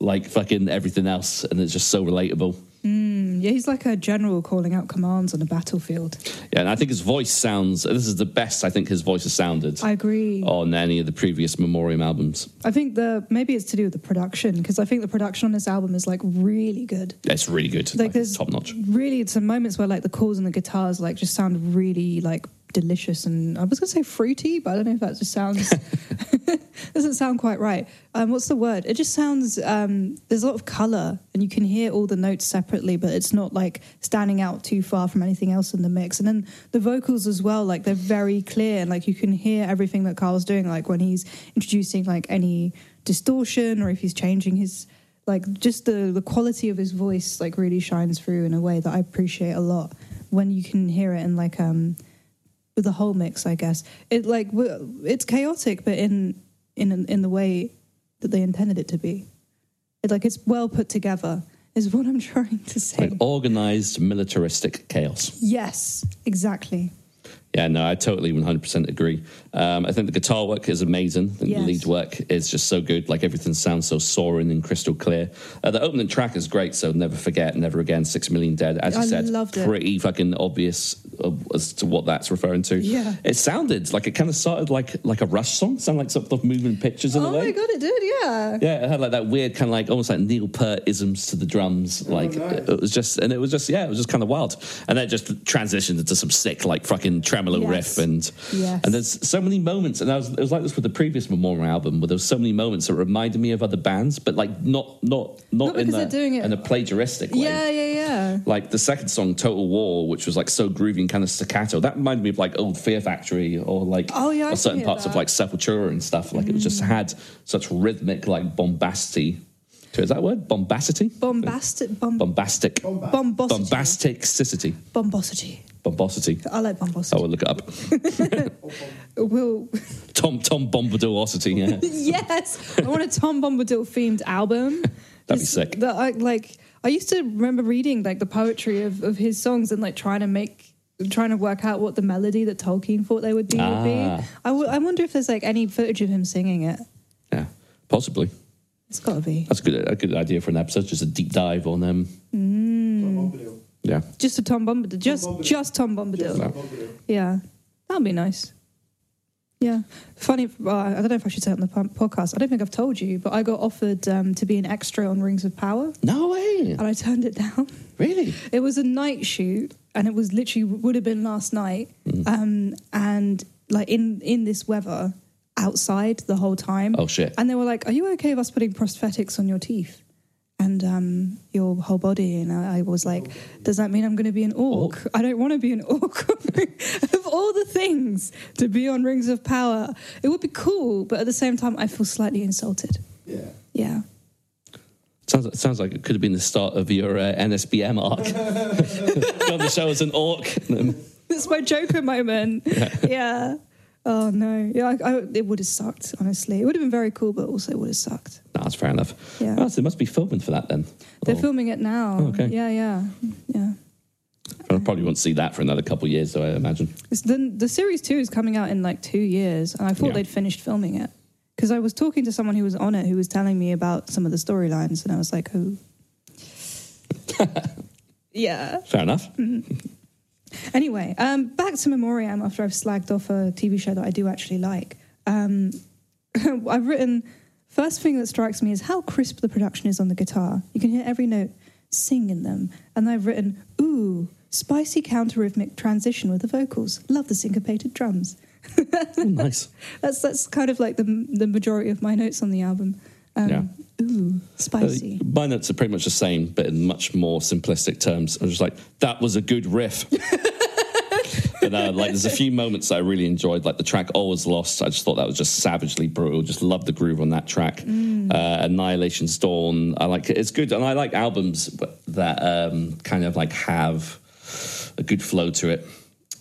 Speaker 2: like fucking everything else, and it's just so relatable.
Speaker 1: mm, Yeah, he's like a general calling out commands on a battlefield.
Speaker 2: Yeah, and I think his voice sounds. This is the best I think his voice has sounded
Speaker 1: I agree.
Speaker 2: on any of the previous Memoriam albums.
Speaker 1: I think the maybe it's to do with the production because I think the production on this album is like really good.
Speaker 2: It's really good,
Speaker 1: Like there's
Speaker 2: top notch.
Speaker 1: Really, some moments where like the chords and the guitars like just sound really like delicious and I was gonna say fruity, but I don't know if that just sounds doesn't sound quite right. Um, what's the word? It just sounds um, there's a lot of color and you can hear all the notes separately, but it's not like standing out too far from anything else in the mix. And then the vocals as well, like they're very clear and like you can hear everything that Carl's doing, like when he's introducing like any distortion or if he's changing his like just the the quality of his voice like really shines through in a way that I appreciate a lot when you can hear it in like um with the whole mix, I guess. It like w- it's chaotic, but in in in the way that they intended it to be. It like it's well put together. Is what I'm *laughs* trying to say.
Speaker 2: Like organized militaristic chaos.
Speaker 1: yes, exactly.
Speaker 2: Yeah, no, I totally 100% agree. Um, I think the guitar work is amazing. I think
Speaker 1: Yes.
Speaker 2: the lead work is just so good. Like everything sounds so soaring and crystal clear. Uh, the opening track is great. So never forget, never again, Six Million Dead. As you
Speaker 1: I
Speaker 2: said,
Speaker 1: loved it.
Speaker 2: pretty fucking obvious uh, as to what that's referring to.
Speaker 1: Yeah.
Speaker 2: It sounded like it kind of started like like a Rush song. Sounded like something off Moving Pictures in
Speaker 1: oh
Speaker 2: a way.
Speaker 1: my god, it did. Yeah.
Speaker 2: Yeah, it had like that weird kind of like almost like Neil Peart isms to the drums.
Speaker 1: Oh,
Speaker 2: Like
Speaker 3: nice.
Speaker 2: it was just, and it was just, yeah, it was just kind of wild. And then it just transitioned into some sick like fucking tremolo
Speaker 1: Yes.
Speaker 2: riff and
Speaker 1: Yes.
Speaker 2: and there's so many moments. And I was it was like this with the previous Memorial album where there was so many moments that reminded me of other bands, but like not not not,
Speaker 1: Not
Speaker 2: in
Speaker 1: because
Speaker 2: a,
Speaker 1: they're doing it-
Speaker 2: in a plagiaristic way.
Speaker 1: Yeah, yeah, yeah.
Speaker 2: Like the second song, Total War, which was like so groovy and kind of staccato, that reminded me of like old Fear Factory or like
Speaker 1: Oh, yeah, I
Speaker 2: or
Speaker 1: can
Speaker 2: certain
Speaker 1: hear
Speaker 2: parts of
Speaker 1: that. Mm.
Speaker 2: like Sepultura and stuff. Like it was just had such rhythmic like bombacity to it. Is that a word? Bombacity?
Speaker 1: Bombastic, bomb,
Speaker 2: Bombastic.
Speaker 3: Bombast-
Speaker 1: bombosity,
Speaker 2: Bombasticity.
Speaker 1: bombosity.
Speaker 2: Bombosity.
Speaker 1: I like
Speaker 2: I
Speaker 1: bombosity.
Speaker 2: will look it up.
Speaker 1: Will
Speaker 2: Tom Tom Bombadilosity, yeah.
Speaker 1: *laughs* yes, I want a Tom Bombadil themed album.
Speaker 2: *laughs* That'd be sick.
Speaker 1: That I, like I used to remember reading like the poetry of, of his songs and like trying to make trying to work out what the melody that Tolkien thought they would be. Would be.
Speaker 2: Ah.
Speaker 1: I, w- I wonder if there's like any footage of him singing it.
Speaker 2: Yeah. Possibly.
Speaker 1: It's got to be
Speaker 2: That's a good a good idea for an episode, just a deep dive on them.
Speaker 1: Hmm.
Speaker 3: Bombadil.
Speaker 2: Yeah.
Speaker 1: just a Tom Bombadil, just
Speaker 3: Bombadil.
Speaker 1: just Tom Bombadil.
Speaker 3: Just Bombadil.
Speaker 1: Yeah, that'd be nice. Yeah, funny. Well, I don't know if I should say it on the po- podcast. I don't think I've told you, but I got offered um, to be an extra on Rings of Power,
Speaker 2: No way.
Speaker 1: and I turned it down. *laughs*
Speaker 2: Really?
Speaker 1: It was a night shoot, and it was literally would have been last night. Um, and like in in this weather, outside the whole time.
Speaker 2: Oh, shit.
Speaker 1: And they were like, "Are you okay with us putting prosthetics on your teeth?" And um, your whole body, and I, I was like, "Does that mean I'm going to be an orc? I don't want to be an orc *laughs* of all the things to be on Rings of Power. It would be cool, but at the same time, I feel slightly insulted.
Speaker 3: Yeah.
Speaker 1: Yeah,
Speaker 2: Sounds, sounds like it could have been the start of your uh, NSBM arc. Got the show as an orc. Um,
Speaker 1: *laughs* That's my Joker moment. yeah. Oh no. Yeah, I, I, it would have sucked. Honestly, it would have been very cool, but also it would have sucked.
Speaker 2: No, that's fair enough.
Speaker 1: Yeah.
Speaker 2: Oh, so they must be filming for that then.
Speaker 1: They're
Speaker 2: Or-
Speaker 1: filming it now.
Speaker 2: Oh. okay.
Speaker 1: Yeah, yeah, yeah.
Speaker 2: I probably won't see that for another couple of years, though, I imagine.
Speaker 1: It's the, the series two is coming out in like two years, and I thought
Speaker 2: Yeah.
Speaker 1: they'd finished filming it because I was talking to someone who was on it who was telling me about some of the storylines, and I was like,
Speaker 2: *laughs*
Speaker 1: oh. yeah.
Speaker 2: Fair enough.
Speaker 1: Anyway, um, back to Memoriam after I've slagged off a TV show that I do actually like. Um, *laughs* I've written first thing that strikes me is how crisp the production is on the guitar. You can hear every note sing in them. And I've written, ooh, spicy counter rhythmic transition with the vocals. Love the syncopated drums.
Speaker 2: Ooh, Oh, nice.
Speaker 1: That's that's kind of like the the majority of my notes on the album. Um,
Speaker 2: Yeah.
Speaker 1: Ooh, spicy.
Speaker 2: Uh, my notes are pretty much the same, but in much more simplistic terms. I'm just like, that was a good riff. but uh, like, there's a few moments that I really enjoyed. Like the track "Always Lost," I just thought that was just savagely brutal. Just love the groove on that track. Uh, Annihilation's Dawn, I like it. It's good, and I like albums that um, kind of like have a good flow to it.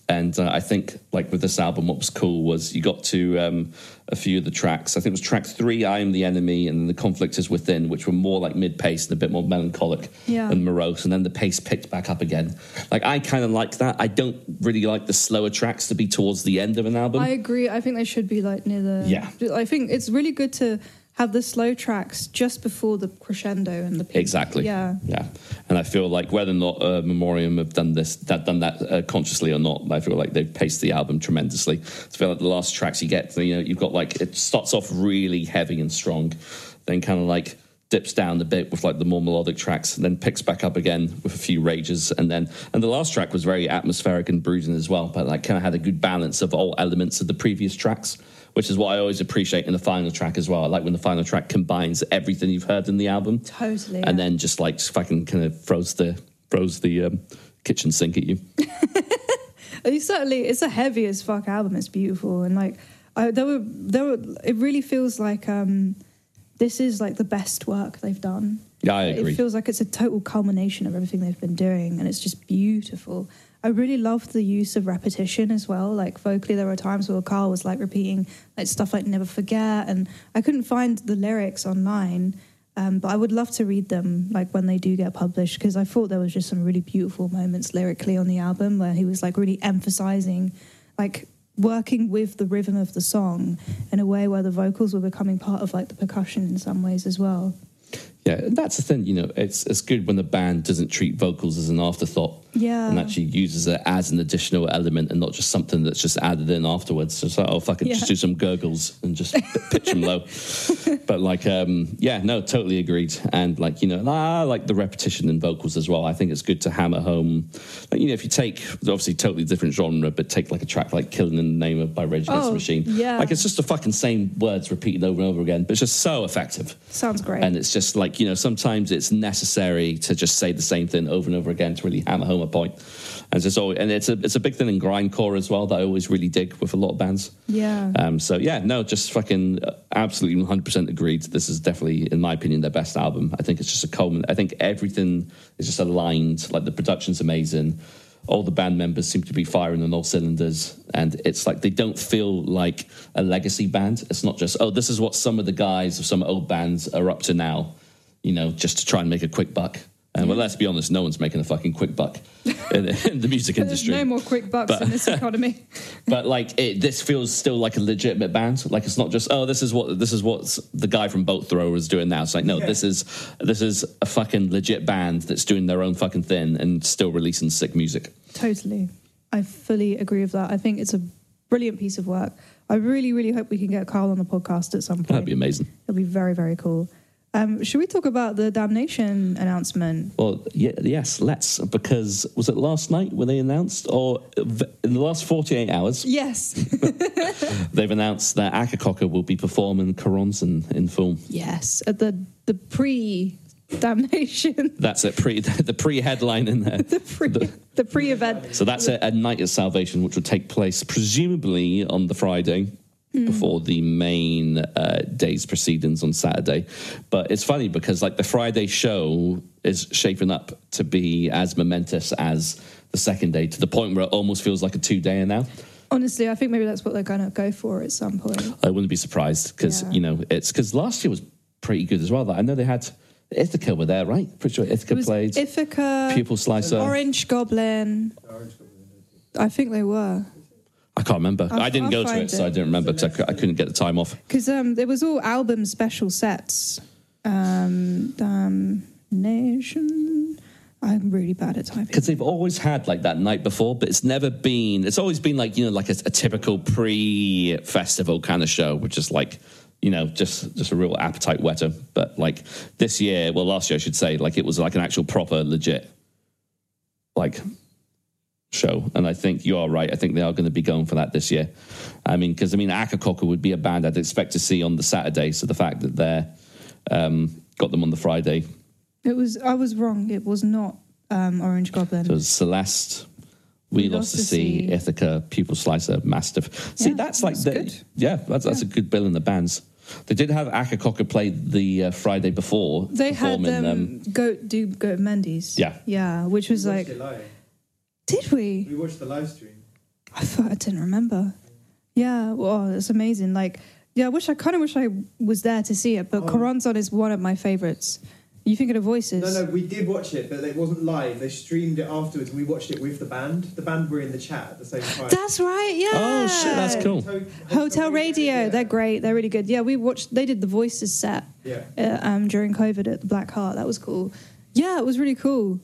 Speaker 2: And uh, I think, like with this album, what was cool was you got to um, a few of the tracks. I think it was track three, "I Am the Enemy," and "The Conflict Is Within," which were more like mid-paced and a bit more melancholic
Speaker 1: Yeah.
Speaker 2: and morose. And then the pace picked back up again. Like I kind of like that. I don't really like the slower tracks to be towards the end of an album.
Speaker 1: I agree. I think they should be like near the.
Speaker 2: Yeah.
Speaker 1: I think it's really good to have the slow tracks just before the crescendo and the peak.
Speaker 2: Exactly.
Speaker 1: Yeah.
Speaker 2: Yeah. And I feel like whether or not uh, Memoriam have done this, that done that uh, consciously or not, I feel like they've paced the album tremendously. I feel like the last tracks you get, you know, you've got like it starts off really heavy and strong, then kind of like dips down a bit with like the more melodic tracks, and then picks back up again with a few rages, and then and the last track was very atmospheric and brooding as well, but like kind of had a good balance of all elements of the previous tracks which is what I always appreciate in the final track as well. I like when the final track combines everything you've heard in the album.
Speaker 1: Totally,
Speaker 2: And
Speaker 1: yeah.
Speaker 2: then just like fucking kind of throws the throws the um, kitchen sink at you.
Speaker 1: It's certainly it's a heavy as fuck album. It's beautiful and like I, there were there were. It really feels like um, this is like the best work they've done.
Speaker 2: Yeah, I
Speaker 1: It
Speaker 2: agree.
Speaker 1: feels like it's a total culmination of everything they've been doing, and it's just beautiful. I really love the use of repetition as well. Like vocally, there were times where Carl was like repeating like stuff like "never forget," and I couldn't find the lyrics online, um, but I would love to read them like when they do get published because I thought there was just some really beautiful moments lyrically on the album where he was like really emphasizing, like working with the rhythm of the song in a way where the vocals were becoming part of like the percussion in some ways as well.
Speaker 2: yeah, and that's the thing. You know, it's it's good when the band doesn't treat vocals as an afterthought.
Speaker 1: Yeah.
Speaker 2: And actually uses it as an additional element and not just something that's just added in afterwards. So it's like, oh, fucking
Speaker 1: Yeah.
Speaker 2: just do some gurgles and just p- pitch
Speaker 1: *laughs*
Speaker 2: them low. But like, um, yeah, no, totally agreed. And like, you know, I like the repetition in vocals as well. I think it's good to hammer home. Like, you know, if you take obviously totally different genre, but take like a track like "Killing in the Name of" by Rage Against
Speaker 1: Oh,
Speaker 2: the Machine.
Speaker 1: yeah.
Speaker 2: Like it's just the fucking same words repeated over and over again, but it's just so effective.
Speaker 1: Sounds great.
Speaker 2: And it's just like, you know, sometimes it's necessary to just say the same thing over and over again to really hammer home a point. And it's, always, and it's, a, it's a big thing in grindcore as well that I always really dig with a lot of bands.
Speaker 1: Yeah.
Speaker 2: Um, so, yeah, no, just fucking uh, absolutely 100% agreed. This is definitely, in my opinion, their best album. I think it's just a culmin. I think everything is just aligned. Like the production's amazing. All the band members seem to be firing on all cylinders. And it's like they don't feel like a legacy band. It's not just, oh, this is what some of the guys of some old bands are up to now, you know, just to try and make a quick buck. And well, let's be honest, no one's making a fucking
Speaker 1: *laughs*
Speaker 2: quick buck in, in the music
Speaker 1: There's
Speaker 2: industry
Speaker 1: no more quick bucks in
Speaker 2: *laughs*
Speaker 1: this economy.
Speaker 2: but like it, this feels still like a legitimate band. Like it's not just oh this is what this is what the guy from Boat Thrower is doing now. It's like no
Speaker 3: Yeah.
Speaker 2: this is this is a fucking legit band that's doing their own fucking thing and still releasing sick music.
Speaker 1: totally. I fully agree with that. I think it's a brilliant piece of work. I really, really hope we can get Carl on the podcast at some point.
Speaker 2: That'd be amazing.
Speaker 1: It'll be very, very cool. Um, should we talk about the damnation announcement?
Speaker 2: Well, yeah, yes, let's because was it last night when they announced or v- in the last 48 hours
Speaker 1: Yes. *laughs*
Speaker 2: they've announced that Akakoka will be performing Karonson in full.
Speaker 1: yes. At the the pre damnation,
Speaker 2: That's it pre *laughs* the pre-headline in there. *laughs*
Speaker 1: the *laughs* pre the pre event.
Speaker 2: So that's a, a night of salvation, which will take place presumably on the Friday
Speaker 1: Hmm.
Speaker 2: before the main uh, day's proceedings on Saturday. But it's funny because like the Friday show is shaping up to be as momentous as the second day to the point where it almost feels like a two day now.
Speaker 1: Honestly, I think maybe that's what they're going to go for at some point.
Speaker 2: I wouldn't be surprised because
Speaker 1: Yeah.
Speaker 2: you know it's because last year was pretty good as well. Like, I know they had Ithaca were there, right? Pretty sure Ithaca
Speaker 1: It was
Speaker 2: played.
Speaker 1: Ithaca,
Speaker 2: Pupil Slicer.
Speaker 1: Orange Goblin. I think they were.
Speaker 2: I can't remember.
Speaker 1: I'll-
Speaker 2: I didn't
Speaker 1: I'll
Speaker 2: go to
Speaker 1: find
Speaker 2: it, so
Speaker 1: it.
Speaker 2: I didn't remember because I, cou- I couldn't get the time off.
Speaker 1: Because um, it was all album special sets. Um, Damnation. I'm really bad at typing.
Speaker 2: because they've always had like that night before, but it's never been. It's always been like you know, like a, a typical pre-festival kind of show, which is like you know, just just a real appetite wetter. But like this year, well, last year I should say, like it was like an actual proper legit like show. And I think you are right. I think they are going to be going for that this year. I mean, because I mean, Akakoka would be a band I'd expect to see on the Saturday. So the fact that they're um, got them on the Friday
Speaker 1: It was. I was wrong. It was not um, Orange Goblin.
Speaker 2: So it was Celeste, We, Lost, to Sea, Ithaca, Pupil Slicer, Mastiff. See,
Speaker 1: Yeah,
Speaker 2: that's like
Speaker 1: that's
Speaker 2: the
Speaker 1: good.
Speaker 2: yeah, that's, that's a good bill in the bands. They did have Akakoka play the uh, Friday before.
Speaker 1: they had
Speaker 2: performing,
Speaker 1: them
Speaker 2: um,
Speaker 1: go do go Mendes.
Speaker 2: Yeah.
Speaker 1: Yeah, which was
Speaker 3: We watched
Speaker 1: like,
Speaker 3: it live.
Speaker 1: did we?
Speaker 3: We watched the live stream.
Speaker 1: I thought I didn't remember. Yeah, well, it's amazing. Like, yeah, I wish I kind of wish I was there to see it, but
Speaker 3: Oh.
Speaker 1: Corazon is one of my favorites. You think of the voices?
Speaker 3: No, no, we did watch it, but it wasn't live. They streamed it afterwards. We watched it with the band. The band were in the chat at the same time.
Speaker 1: That's right. Yeah.
Speaker 2: Oh, shit, that's cool.
Speaker 3: Hotel,
Speaker 1: Hotel Radio, they're great. They're really good. Yeah, we watched. They did the voices set
Speaker 3: Yeah.
Speaker 1: uh, um, during COVID at the Black Heart. That was cool. Yeah, it was really cool.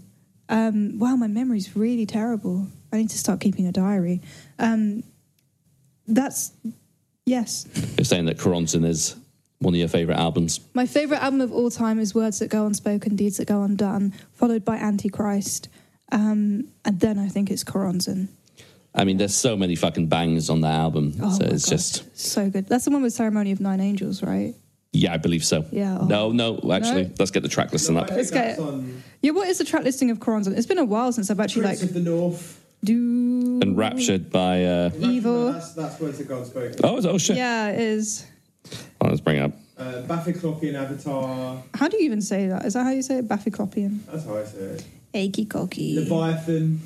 Speaker 1: Um, wow, my memory's really terrible. I need to start keeping a diary. Um, that's yes.
Speaker 2: You're saying that Coronson is one of your favorite albums.
Speaker 1: My favorite album of all time is Words That Go Unspoken, Deeds That Go Undone, followed by Antichrist, um, and then I think it's Coronzon.
Speaker 2: I mean, there's so many fucking bangs on that album.
Speaker 1: Oh
Speaker 2: so
Speaker 1: my
Speaker 2: it's
Speaker 1: God.
Speaker 2: just,
Speaker 1: so good. That's the one with Ceremony of Nine Angels, right?
Speaker 2: yeah, I believe so.
Speaker 1: Yeah, oh.
Speaker 2: No, no, actually,
Speaker 1: No?
Speaker 2: let's get the track listing
Speaker 3: I
Speaker 2: up.
Speaker 3: think
Speaker 1: Let's get
Speaker 3: that's
Speaker 1: it.
Speaker 3: on
Speaker 1: Yeah, what is the track listing of Coronzon? It's been a while since I've actually
Speaker 3: Prince
Speaker 1: like
Speaker 3: of the North.
Speaker 1: do
Speaker 2: And Raptured by, uh,
Speaker 1: Evil.
Speaker 3: That's, that's words that God spoke.
Speaker 2: oh, is- oh shit.
Speaker 1: Yeah, it is.
Speaker 2: Oh, let's bring it up.
Speaker 3: Uh, Bafiklopian Avatar.
Speaker 1: How do you even say that? Is that how you say it? Bafiklopian.
Speaker 3: That's how I say it.
Speaker 1: Achy cocky.
Speaker 3: Leviathan.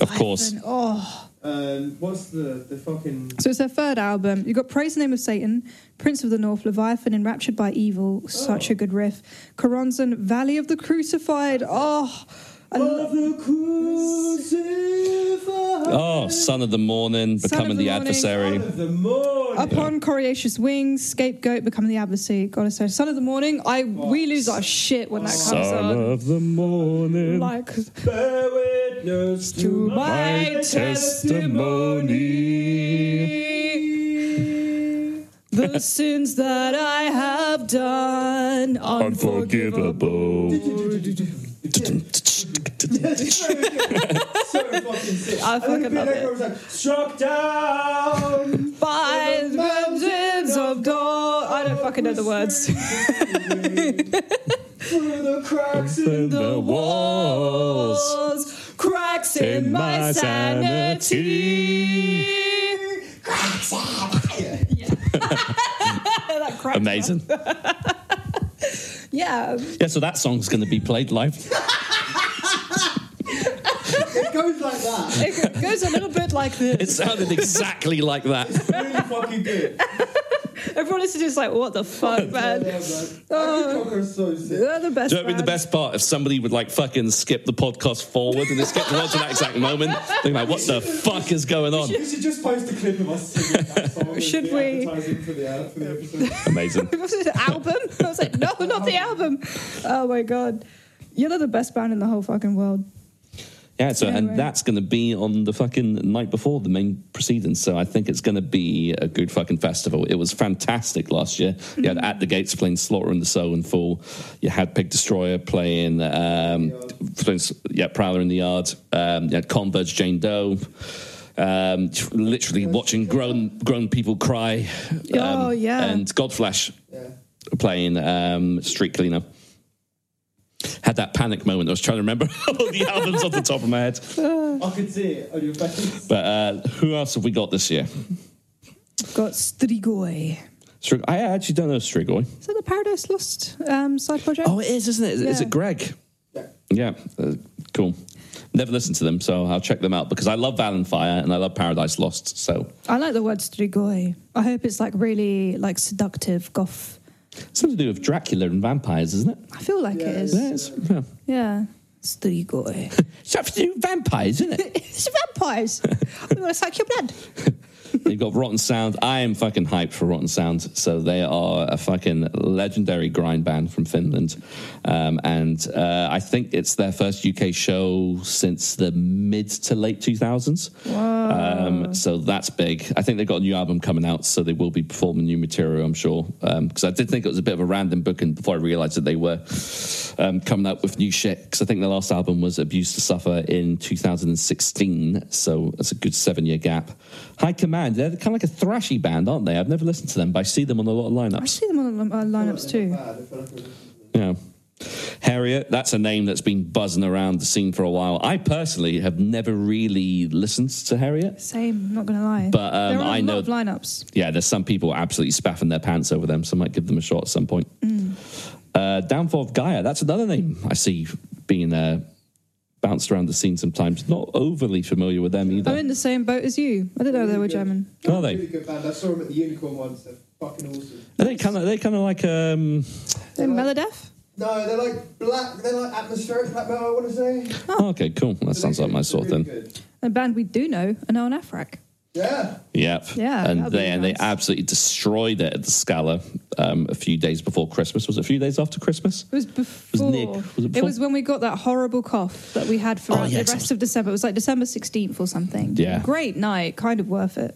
Speaker 2: Of course.
Speaker 1: Oh.
Speaker 3: Um, what's the the fucking?
Speaker 1: So it's their third album. You've got Praise the Name of Satan, Prince of the North, Leviathan, Enraptured by Evil. Such
Speaker 3: Oh.
Speaker 1: a good riff. Coronzon, Valley of the Crucified. Oh. I
Speaker 3: Of the crucified.
Speaker 2: Oh, Son of the Morning,
Speaker 1: Son of
Speaker 2: Becoming
Speaker 1: the
Speaker 2: the,
Speaker 1: Morning.
Speaker 2: Adversary.
Speaker 3: Son of the morning.
Speaker 1: Upon Coriaceous Wings, Scapegoat, Becoming the Adversary, Goddess, Son Son of the Morning. I We lose our shit when that comes
Speaker 2: Son
Speaker 1: on.
Speaker 2: of the Morning.
Speaker 1: Like,
Speaker 3: Bear witness to
Speaker 1: to
Speaker 3: my
Speaker 1: my
Speaker 2: testimony.
Speaker 1: the sins that I have done,
Speaker 2: Unforgivable.
Speaker 1: *laughs*
Speaker 3: so fucking sick.
Speaker 1: *laughs* I
Speaker 3: And
Speaker 1: fucking
Speaker 3: then
Speaker 1: love it.
Speaker 3: everyone was like, struck down.
Speaker 1: by the mountains of God. I don't fucking know the words.
Speaker 3: Through the cracks in
Speaker 2: In the walls,
Speaker 1: Walls, cracks
Speaker 2: in my sanity.
Speaker 1: That crack-
Speaker 2: Amazing.
Speaker 1: Yeah,
Speaker 2: Yeah, so that song's going to be played live.
Speaker 3: It goes like that.
Speaker 1: it goes a little bit like this.
Speaker 2: It sounded exactly like that.
Speaker 3: Really fucking
Speaker 1: *laughs*
Speaker 3: good.
Speaker 1: Everyone is just like, what the fuck,
Speaker 2: *laughs*
Speaker 1: man? Oh.
Speaker 3: Cocker is so sick.
Speaker 1: They're the best.
Speaker 2: Do you know what I mean? The
Speaker 1: band.
Speaker 2: best part if somebody would like fucking skip the podcast forward and they skip towards that exact moment, they're like, what the fuck is going on?
Speaker 3: We should just post a clip of us singing that song. as
Speaker 1: Should
Speaker 3: the
Speaker 1: we?
Speaker 3: advertising For the, ad- for the episode.
Speaker 2: Amazing.
Speaker 1: *laughs* the album? I was like, no, not the album. Oh my god. You're the best band in the whole fucking world.
Speaker 2: Yeah, so
Speaker 1: Anyway.
Speaker 2: and that's going to be on the fucking night before the main proceedings. So I think it's going to be a good fucking festival. It was fantastic last year. You
Speaker 1: Mm-hmm.
Speaker 2: had At the Gates playing Slaughter and the Soul and Fall. You had Pig Destroyer playing, um, playing yeah, Prowler in the Yard. Um, you had Converge Jane Doe. Um, literally watching grown grown people cry. Um,
Speaker 1: Oh, yeah.
Speaker 2: And Godflesh
Speaker 3: Yeah.
Speaker 2: playing um, Street Cleaner. Had that panic moment. I was trying to remember *laughs* all the albums off the top of my head.
Speaker 3: I could see it on your face.
Speaker 2: But uh, who else have we got this year?
Speaker 1: We've got Strigoi.
Speaker 2: Strig- I actually don't know Strigoi.
Speaker 1: Is that the Paradise Lost um, side project?
Speaker 2: Oh, it is, isn't it? Is
Speaker 1: Yeah.
Speaker 2: it Greg?
Speaker 3: Yeah.
Speaker 2: Yeah, uh, cool. Never listened to them, so I'll check them out because I love Valen Fire and I love Paradise Lost. So
Speaker 1: I like the word Strigoi. I hope it's like really like seductive goth.
Speaker 2: something to do with Dracula and vampires, isn't it?
Speaker 1: I feel like it
Speaker 3: Yes.
Speaker 1: is.
Speaker 2: Yeah, it's, yeah.
Speaker 1: Yeah. Strigoi. *laughs*
Speaker 2: Something to do with vampires, isn't it?
Speaker 1: it's vampires. I'm gonna suck your blood.
Speaker 2: You've got Rotten Sound. I am fucking hyped for Rotten Sound. So they are a fucking legendary grind band from Finland, um, and uh, I think it's their first UK show since the mid to late two thousands.
Speaker 1: Ah.
Speaker 2: Um, so that's big. I think they've got a new album coming out, so they will be performing new material, I'm sure. Because I did think it was a bit of a random booking before I realised that they were um, coming out with new shit. Because I think their last album was Abuse to Suffer in 2016, so that's a good seven year gap. High Command, they're kind of like a thrashy band, aren't they? I've never listened to them, but I see them on a lot of
Speaker 1: I
Speaker 2: lineups.
Speaker 1: see them on the uh, lineups too.
Speaker 3: Bad, I feel like I'm-
Speaker 2: Yeah. Harriet, that's a name that's been buzzing around the scene for a while. I personally have never really listened to Harriet.
Speaker 1: Same, I'm not gonna lie.
Speaker 2: But, um,
Speaker 1: They're on a
Speaker 2: I
Speaker 1: lot
Speaker 2: know-
Speaker 1: of lineups.
Speaker 2: yeah, there's some people absolutely spaffing their pants over them, so I might give them a shot at some
Speaker 1: Mm.
Speaker 2: point. Uh, Downfall of Gaia, that's another name I see being uh, bounced around the scene sometimes. Not overly familiar with them either.
Speaker 1: I'm in the same boat as you. I didn't know they were
Speaker 3: Really good.
Speaker 1: German.
Speaker 3: They're
Speaker 2: Are
Speaker 3: a
Speaker 2: they?
Speaker 3: Really good band. I saw them at the Unicorn once. They're fucking awesome.
Speaker 2: Are they kind of they kind of like um
Speaker 1: They're
Speaker 3: Right.
Speaker 1: Melodeath?
Speaker 3: No, they're like black. They're like atmospheric black metal. I want to say.
Speaker 2: oh, okay cool that sounds like my
Speaker 3: They're
Speaker 2: sort of
Speaker 3: really
Speaker 2: thing.
Speaker 3: good.
Speaker 1: A band we do know are now on Afrak.
Speaker 3: Yeah.
Speaker 2: Yep.
Speaker 1: Yeah,
Speaker 2: And
Speaker 1: that'd be
Speaker 2: they and they
Speaker 1: nice.
Speaker 2: absolutely destroyed it at the Scala um, a few days before Christmas. Was it a few days after Christmas?
Speaker 1: It was
Speaker 2: was
Speaker 1: before.
Speaker 2: Nick- was it
Speaker 1: it,
Speaker 2: before?
Speaker 1: was when we got that horrible cough that we had for
Speaker 2: Oh, yes,
Speaker 1: the
Speaker 2: it
Speaker 1: rest
Speaker 2: was-
Speaker 1: of December. It was like December 16th or something.
Speaker 2: Yeah.
Speaker 1: Great night. Kind of worth it.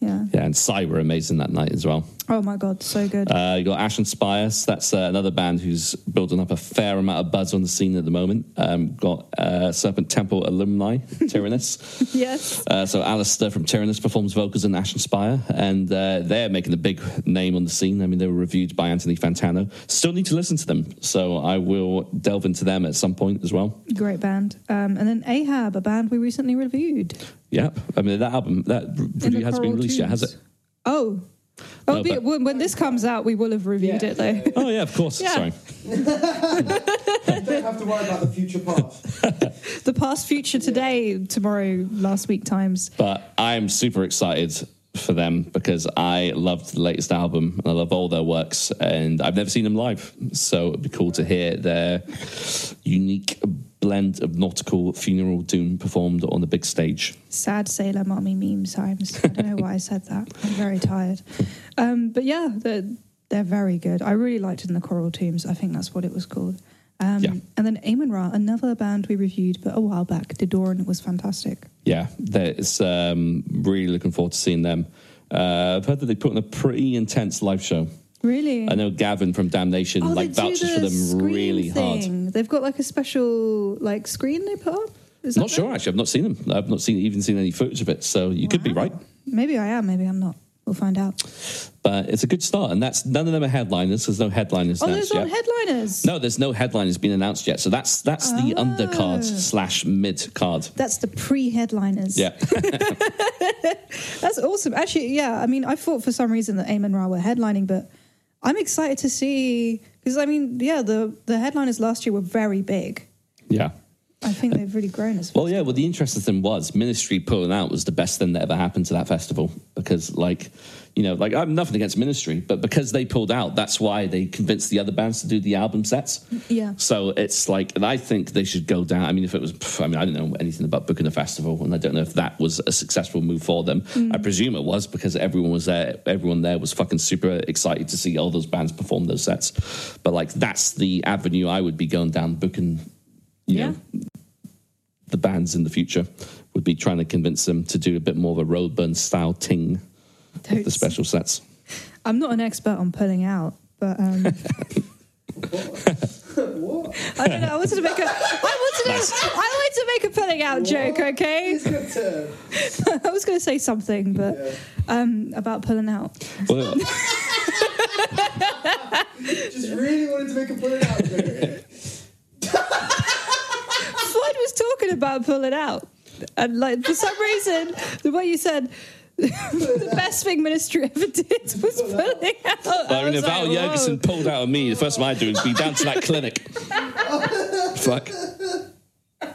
Speaker 1: Yeah.
Speaker 2: Yeah, and Psy were amazing that night as well.
Speaker 1: Oh my God. So good.
Speaker 2: Uh, you got Ash and Spires. That's uh, another band who's building up a fair amount of buzz on the scene at the moment. Um, got uh, Serpent Temple alumni Tyrannus.
Speaker 1: *laughs* *laughs* yes.
Speaker 2: Uh, so Alistair from Tyrannus performs vocals in Ash and Spire, and uh, they're making a big name on the scene. I mean, they were reviewed by Anthony Fantano. Still need to listen to them, so I will delve into them at some point as well.
Speaker 1: Great band. Um, and then Ahab, a band we recently reviewed.
Speaker 2: Yep. I mean, that album that
Speaker 1: in
Speaker 2: review
Speaker 1: the
Speaker 2: has been
Speaker 1: Coral
Speaker 2: released yet, has
Speaker 1: Tunes.
Speaker 2: it?
Speaker 1: Oh. Oh,
Speaker 2: No,
Speaker 1: be-
Speaker 2: but-
Speaker 1: when, when this comes out, we will have reviewed
Speaker 3: Yeah,
Speaker 1: it though.
Speaker 3: yeah, yeah.
Speaker 2: Oh yeah, of course.
Speaker 1: Yeah.
Speaker 2: Sorry.
Speaker 3: Don't have to worry about the future past.
Speaker 1: *laughs*
Speaker 3: *laughs*
Speaker 1: The past, future, today, tomorrow, last week times.
Speaker 2: But I'm super excited for them because I loved the latest album and I love all their works and I've never seen them live. So it'd be cool to hear their unique blend of nautical funeral doom performed on the big stage.
Speaker 1: Sad sailor mommy meme times. I don't know why I said that. I'm very tired. Um, but yeah, they're, they're very good. I really liked it in the Coral Tombs. I think that's what it was called. Um,
Speaker 2: Yeah.
Speaker 1: And then Amon Ra, another band we reviewed, but a while back, Didoran was fantastic.
Speaker 2: Yeah, they're- it's um, really looking forward to seeing them. Uh, I've heard that they put on a pretty intense live show.
Speaker 1: Really?
Speaker 2: I know Gavin from Damnation
Speaker 1: Oh,
Speaker 2: like
Speaker 1: they do
Speaker 2: vouches
Speaker 1: the
Speaker 2: for them
Speaker 1: screen
Speaker 2: really hard.
Speaker 1: thing. They've got like a special like screen they put up. Is that
Speaker 2: Not sure
Speaker 1: them?
Speaker 2: actually. I've not seen them. I've not seen even seen any footage of it. So you could be
Speaker 1: Wow.
Speaker 2: right.
Speaker 1: Maybe I am. Maybe I'm not. We'll find out. Oh,
Speaker 2: But it's a good start, and that's none of them are headliners. There's no headliners
Speaker 1: Oh,
Speaker 2: announced
Speaker 1: those
Speaker 2: yet.
Speaker 1: aren't headliners.
Speaker 2: no, there's no headliners being announced yet. So that's that's the
Speaker 1: Oh.
Speaker 2: undercard slash mid card.
Speaker 1: That's the pre-headliners.
Speaker 2: *laughs* Yeah,
Speaker 1: That's awesome. Actually, yeah. I mean, I thought for some reason that Amon Ra were headlining, but I'm excited to see because I mean, yeah, the the headliners last year were very big.
Speaker 2: yeah.
Speaker 1: I think they've really grown as well.
Speaker 2: Well, yeah. Well, the interesting thing was Ministry pulling out was the best thing that ever happened to that festival because, like, you know, like I'm nothing against Ministry, but because they pulled out, that's why they convinced the other bands to do the album sets.
Speaker 1: Yeah.
Speaker 2: So it's like, and I think they should go down. I mean, if it was, pff, I mean, I don't know anything about booking a festival, and I don't know if that was a successful move for them. I presume it was because everyone was there. Everyone there was fucking super excited to see all those bands perform those sets. But like, that's the avenue I would be going down, booking, you know, the bands in the future would be trying to convince them to do a bit more of a road burn style ting with the
Speaker 1: Totes.
Speaker 2: special sets.
Speaker 1: I'm not an expert on pulling out, but um, *laughs*
Speaker 3: what?
Speaker 1: I don't know. I wanted to make a. I wanted to. I wanted to make a pulling out joke. Okay. *laughs*
Speaker 3: It's good to.
Speaker 1: I was going to say something, but
Speaker 3: Yeah.
Speaker 1: um, about pulling out.
Speaker 2: Well,
Speaker 1: *laughs*
Speaker 3: Just really wanted to make a point out of it.
Speaker 2: *laughs*
Speaker 1: Floyd was talking about pulling out, and like for some reason, the way you said. the best thing ministry ever did was pulling out.
Speaker 2: I mean,
Speaker 1: was
Speaker 2: if
Speaker 1: like,
Speaker 2: Al
Speaker 1: whoa.
Speaker 2: uh, Jurgensen pulled out of me, the first thing I'd do is be down to that clinic. Fuck.
Speaker 1: I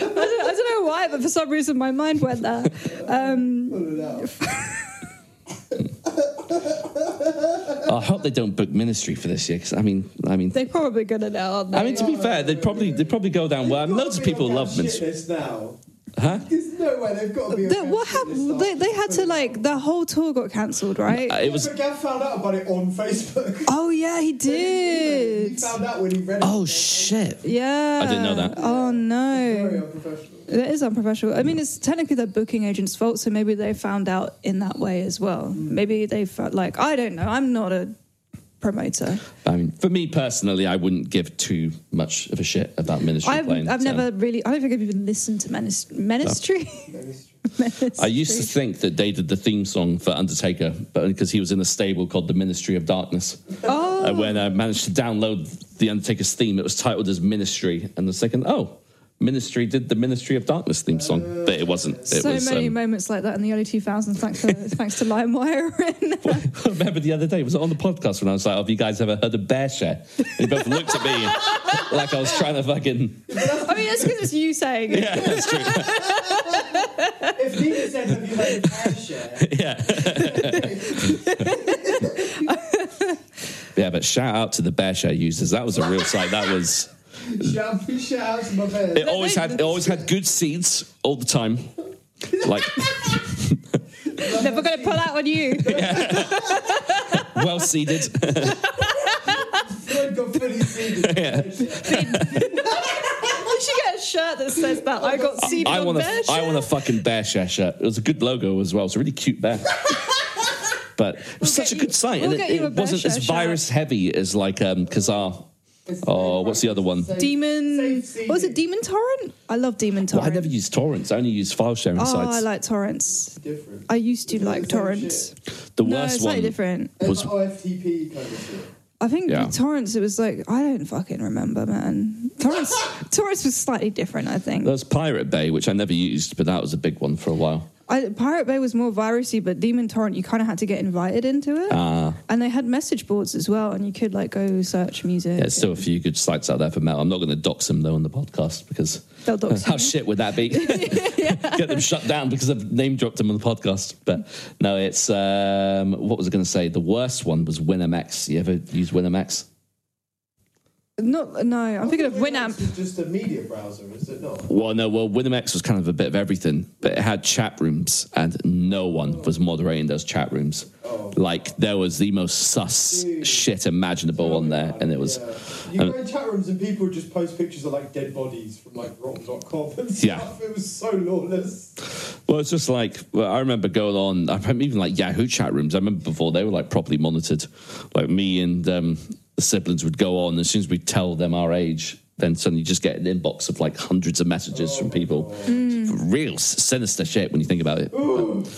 Speaker 1: don't, I don't know why, but for some reason my mind went there. Um,
Speaker 3: Pull it out.
Speaker 2: I hope they don't book ministry for this year, because I mean, I mean,
Speaker 1: they're probably gonna know, aren't they?
Speaker 2: I mean, to be fair, they'd probably they'd probably go down well. I mean, loads of people love
Speaker 3: Shit
Speaker 2: ministry,
Speaker 3: list now.
Speaker 2: huh?
Speaker 3: There's no way they've got to be. on
Speaker 1: The- what
Speaker 3: Gav's shit list
Speaker 1: happened?
Speaker 3: now.
Speaker 1: They, they had to like the whole tour got cancelled, right?
Speaker 2: Uh,
Speaker 3: Yeah,
Speaker 2: It was
Speaker 3: But Gav found out about it on Facebook. *laughs*
Speaker 1: oh yeah, he
Speaker 3: He
Speaker 1: did.
Speaker 3: found out when he read it.
Speaker 2: oh shit.
Speaker 1: Yeah,
Speaker 2: I didn't know that.
Speaker 1: Oh
Speaker 3: Very
Speaker 1: no,
Speaker 3: unprofessional.
Speaker 1: that is unprofessional. I mean, it's technically their booking agent's fault, so maybe they found out in that way as well.
Speaker 2: Mm.
Speaker 1: Maybe they felt like I don't know. I'm not a promoter.
Speaker 2: I mean, for me personally, I wouldn't give too much of a shit about ministry
Speaker 1: I've,
Speaker 2: playing.
Speaker 1: I've
Speaker 2: so.
Speaker 1: never really. I don't think I've even listened to Menace, Ministry.
Speaker 2: *laughs* I used to think that they did the theme song for Undertaker, but because he was in a stable called the Ministry of Darkness.
Speaker 1: Oh.
Speaker 2: And when I managed to download the Undertaker's theme, it was titled as Ministry, and I was thinking, oh, Ministry did the Ministry of Darkness theme song, but it wasn't. It
Speaker 1: so
Speaker 2: was. *laughs*
Speaker 1: many
Speaker 2: um,
Speaker 1: moments like that in the early 2000s, thanks
Speaker 2: *laughs*
Speaker 1: to thanks to LimeWire. and-
Speaker 2: I remember the other day, was it on the podcast when I was like, "Have you guys ever heard of Bear Share?" And you both looked at me
Speaker 1: *laughs*
Speaker 2: like I was trying to fucking. *laughs*
Speaker 1: I mean, that's because it's you saying it.
Speaker 2: Yeah, that's true.
Speaker 3: If Nina said, "Have you heard of Air Share?"
Speaker 1: *laughs*
Speaker 2: Yeah. yeah, but shout out to the Bear Share users. That was a real site. That was.
Speaker 3: Shout, shout out to my fans.
Speaker 2: It always had. It always had good seeds all the time. Like
Speaker 1: Never going to pull out on
Speaker 2: *laughs*
Speaker 1: you. *laughs*
Speaker 2: well seeded.
Speaker 3: Good, got
Speaker 2: *laughs*
Speaker 3: fully seeded.
Speaker 1: You should get a shirt that says that. I got seeded
Speaker 2: I
Speaker 1: on
Speaker 2: want
Speaker 1: bear
Speaker 2: a. I want a fucking Bear Share shirt. It was a good logo as well. It's a really cute bear. But it was
Speaker 1: We'll
Speaker 2: such a
Speaker 1: get
Speaker 2: good
Speaker 1: you-
Speaker 2: site,
Speaker 1: we'll
Speaker 2: and
Speaker 1: get
Speaker 2: it,
Speaker 1: you a
Speaker 2: it
Speaker 1: Bear
Speaker 2: wasn't
Speaker 1: Share
Speaker 2: as
Speaker 1: shirt.
Speaker 2: virus heavy as like um because our
Speaker 3: It's
Speaker 2: Oh,
Speaker 3: very
Speaker 2: what's the other one?
Speaker 3: safe-
Speaker 1: Demon.
Speaker 3: safe
Speaker 1: What was it?
Speaker 3: seeding.
Speaker 1: Demon Torrent? I love Demon
Speaker 2: Well, I
Speaker 1: Torrent.
Speaker 2: never use torrents. I only use file sharing
Speaker 1: oh,
Speaker 2: sites.
Speaker 1: I like torrents.
Speaker 3: Different.
Speaker 1: I used to
Speaker 3: It's
Speaker 1: like
Speaker 3: the same
Speaker 1: torrents.
Speaker 2: the
Speaker 1: No,
Speaker 2: worst
Speaker 1: it's
Speaker 2: one.
Speaker 1: slightly different.
Speaker 3: It's
Speaker 2: Was-
Speaker 3: like OFTP kind of shit.
Speaker 1: I think
Speaker 2: Yeah.
Speaker 1: with torrents. It was like I don't fucking remember, man.
Speaker 2: *laughs*
Speaker 1: Torrents. torrents was slightly different. I think.
Speaker 2: There's Pirate Bay, which I never used, but that was a big one for a while.
Speaker 1: I, Pirate Bay was more virusy, but Demon Torrent you kind of had to get invited into it,
Speaker 2: Ah,
Speaker 1: and they had message boards as well, and you could like go search music.
Speaker 2: yeah, there's still a few good sites out there for metal. I'm not going to dox them though on the podcast because
Speaker 1: They'll dox
Speaker 2: *laughs* how
Speaker 1: you.
Speaker 2: shit would
Speaker 1: *laughs*
Speaker 2: that be? Get them shut down because I've name dropped them on the podcast. But no, it's um, what was I going to say? The worst one was WinMX. You ever use WinMX?
Speaker 1: Not no, I'm thinking of Winamp.
Speaker 3: It's just a media browser, is it not?
Speaker 2: Well, no, well, WinMX was kind of a bit of everything, but it had chat rooms, and no one was moderating those chat rooms. Like, there was the most sus
Speaker 3: Dude.
Speaker 2: shit imaginable on there, and it was, um,
Speaker 3: Yeah. You go in chat rooms and people just post pictures of like dead bodies from like rotten.com and stuff.
Speaker 2: Yeah.
Speaker 3: It was so lawless.
Speaker 2: well, it's just like, well, I remember going on, I remember even like Yahoo chat rooms. I remember before they were like properly monitored. Like, me and um, the siblings would go on, as soon as we tell them our age, then suddenly you just get an inbox of like hundreds of messages from people. Real s- sinister shit when you think about it.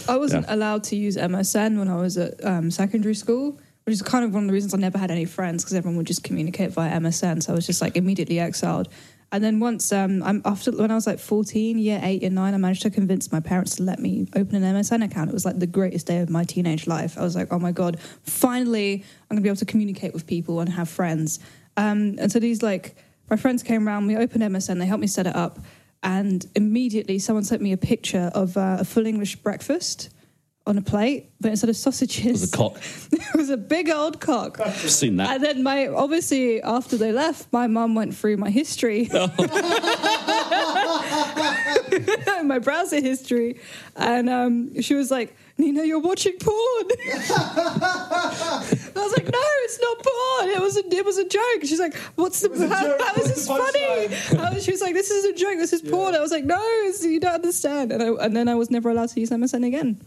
Speaker 1: I wasn't allowed to use MSN when I was at um, secondary school, which is kind of one of the reasons I never had any friends because everyone would just communicate via MSN. So I was just like immediately exiled. And then once um, I'm after when I was like 14, year eight, year nine, I managed to convince my parents to let me open an MSN account. It was like the greatest day of my teenage life. I was like, oh my god, finally I'm gonna be able to communicate with people and have friends. Um, and so these like my friends came around, we opened MSN, they helped me set it up, and immediately someone sent me a picture of uh, a full English breakfast on a plate, but instead of sausages,
Speaker 2: It was a cock.
Speaker 1: *laughs* it was a big old cock.
Speaker 2: I've seen that.
Speaker 1: And then my obviously after they left, my mum went through my
Speaker 2: *laughs*
Speaker 1: history,
Speaker 2: Oh.
Speaker 1: *laughs* my browser history, and um, she was like, "Nina, you're watching porn." *laughs* I was like, "No, it's not porn. It was a it was a joke." She's like, "What's the
Speaker 3: was a
Speaker 1: how,
Speaker 3: joke.
Speaker 1: how
Speaker 3: What's
Speaker 1: is this
Speaker 3: the
Speaker 1: funny?" I was, she was like, "This is a joke. This is porn." I was like, "No, it's, you don't understand." And, I, and then I was never allowed to use MSN again.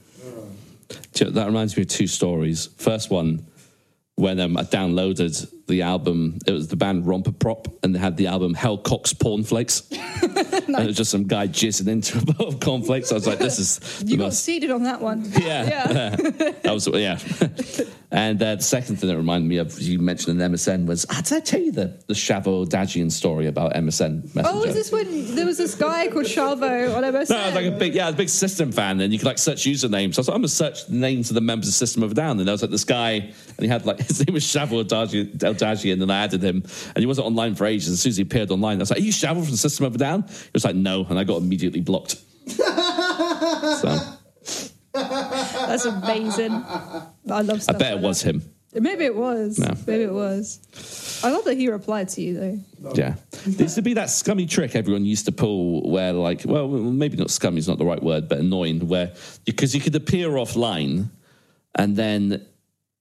Speaker 2: Do you know, that reminds me of two stories. First one, when um, I downloaded the album, it was the band Romper Prop, and they had the album Hellcock's
Speaker 1: *laughs*
Speaker 2: Pornflakes. And it was just some guy jizzing into a bowl of cornflakes. I was like, this
Speaker 1: *laughs*
Speaker 2: is the
Speaker 1: You got
Speaker 2: most.
Speaker 1: seeded on that one.
Speaker 2: Yeah. That was, yeah. *laughs* and uh, the second thing that reminded me of, you mentioned in MSN, was ah, did I tell you the, the Shavo Dagian story about MSN Messenger?
Speaker 1: Oh, is this when there was this guy called Shalvo on MSN?
Speaker 2: No, *laughs* I was like a big, yeah, I was a big System fan, and you could like search usernames. So I was like, I'm gonna search the names of the members of System of a Down, and I was like this guy, and he had like *laughs* his name was Shavel Eldaji, Eldaji, and then I added him, and he wasn't online for ages. As soon as he appeared online, I was like, "Are you Shavel from System of a Down?" He was like, "No," and I got immediately blocked. so
Speaker 1: That's amazing. I love
Speaker 2: I
Speaker 1: stuff.
Speaker 2: bet it
Speaker 1: like
Speaker 2: was him.
Speaker 1: that. Maybe it was.
Speaker 2: No.
Speaker 1: Maybe it was. I love that he replied to you though.
Speaker 2: Yeah. There used to be that scummy trick everyone used to pull where, like, well, maybe not scummy is not the right word, but annoying, where because you could appear offline and then,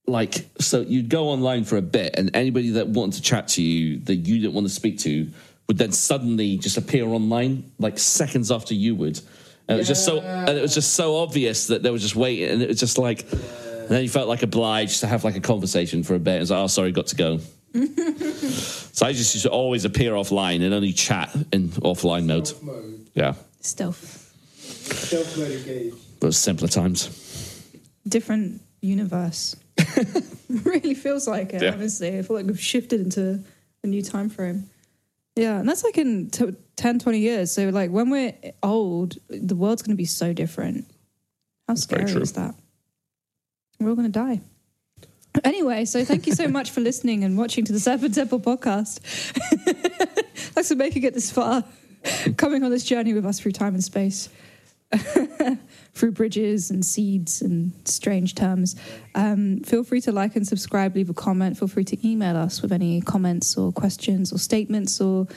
Speaker 2: like, so you'd go online for a bit and anybody that wanted to chat to you that you didn't want to speak to would then suddenly just appear online, like, seconds after you would. And it was just so, and it was just so obvious that they were just waiting, and it was just like, and then you felt like obliged to have like a conversation for a bit. It was like, oh, sorry, got to go. So I just used to always appear offline and only chat in offline mode.
Speaker 3: Stealth mode.
Speaker 2: Yeah,
Speaker 1: Stealth.
Speaker 3: Stealth mode engaged.
Speaker 2: those simpler times.
Speaker 1: Different
Speaker 2: *laughs*
Speaker 1: universe. really feels like it,
Speaker 2: Yeah.
Speaker 1: honestly. I feel like we've shifted into a new time frame. Yeah, and that's like in t- 10, 20 years. So like when we're old, the world's going to be so different. How
Speaker 2: That's very
Speaker 1: scary
Speaker 2: true.
Speaker 1: is that? We're all going to die. Anyway, so thank
Speaker 2: *laughs*
Speaker 1: you so much for listening and watching to the Serpent Temple podcast. Thanks for making it this far, *laughs* coming on this journey with us through time and space, *laughs* through bridges and seeds and strange terms. Um, feel free to like and subscribe, leave a comment. Feel free to email us with any comments or questions or statements or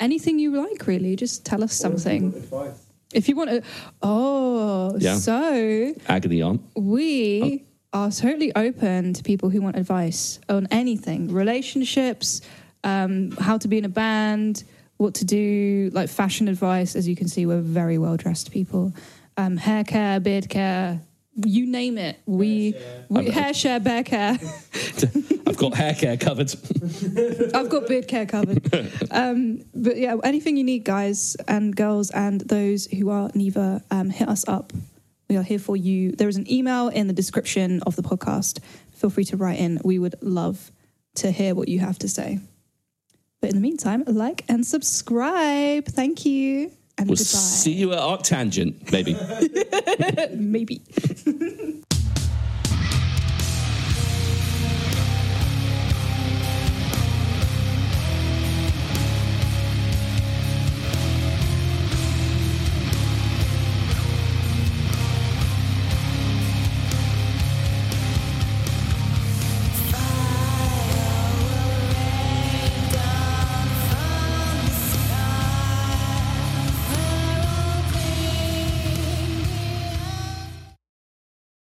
Speaker 1: anything you like, really. Just tell us something.
Speaker 3: Advice.
Speaker 1: If you want to. Oh,
Speaker 2: Yeah.
Speaker 1: so
Speaker 2: Agony on.
Speaker 1: we are totally open to people who want advice on anything relationships um, how to be in a band what to do like fashion advice as you can see we're very well dressed people um, hair care beard care you name it we, we hair share bear care
Speaker 2: I've got hair care covered.
Speaker 1: I've got beard care covered. Um, but yeah, anything you need, guys and girls, and those who are neither, um, hit us up. We are here for you. There is an email in the description of the podcast. Feel free to write in. We would love to hear what you have to say. But in the meantime, like and subscribe. Thank you. And
Speaker 2: We'll
Speaker 1: goodbye.
Speaker 2: see you at Arctangent, maybe.
Speaker 1: Maybe.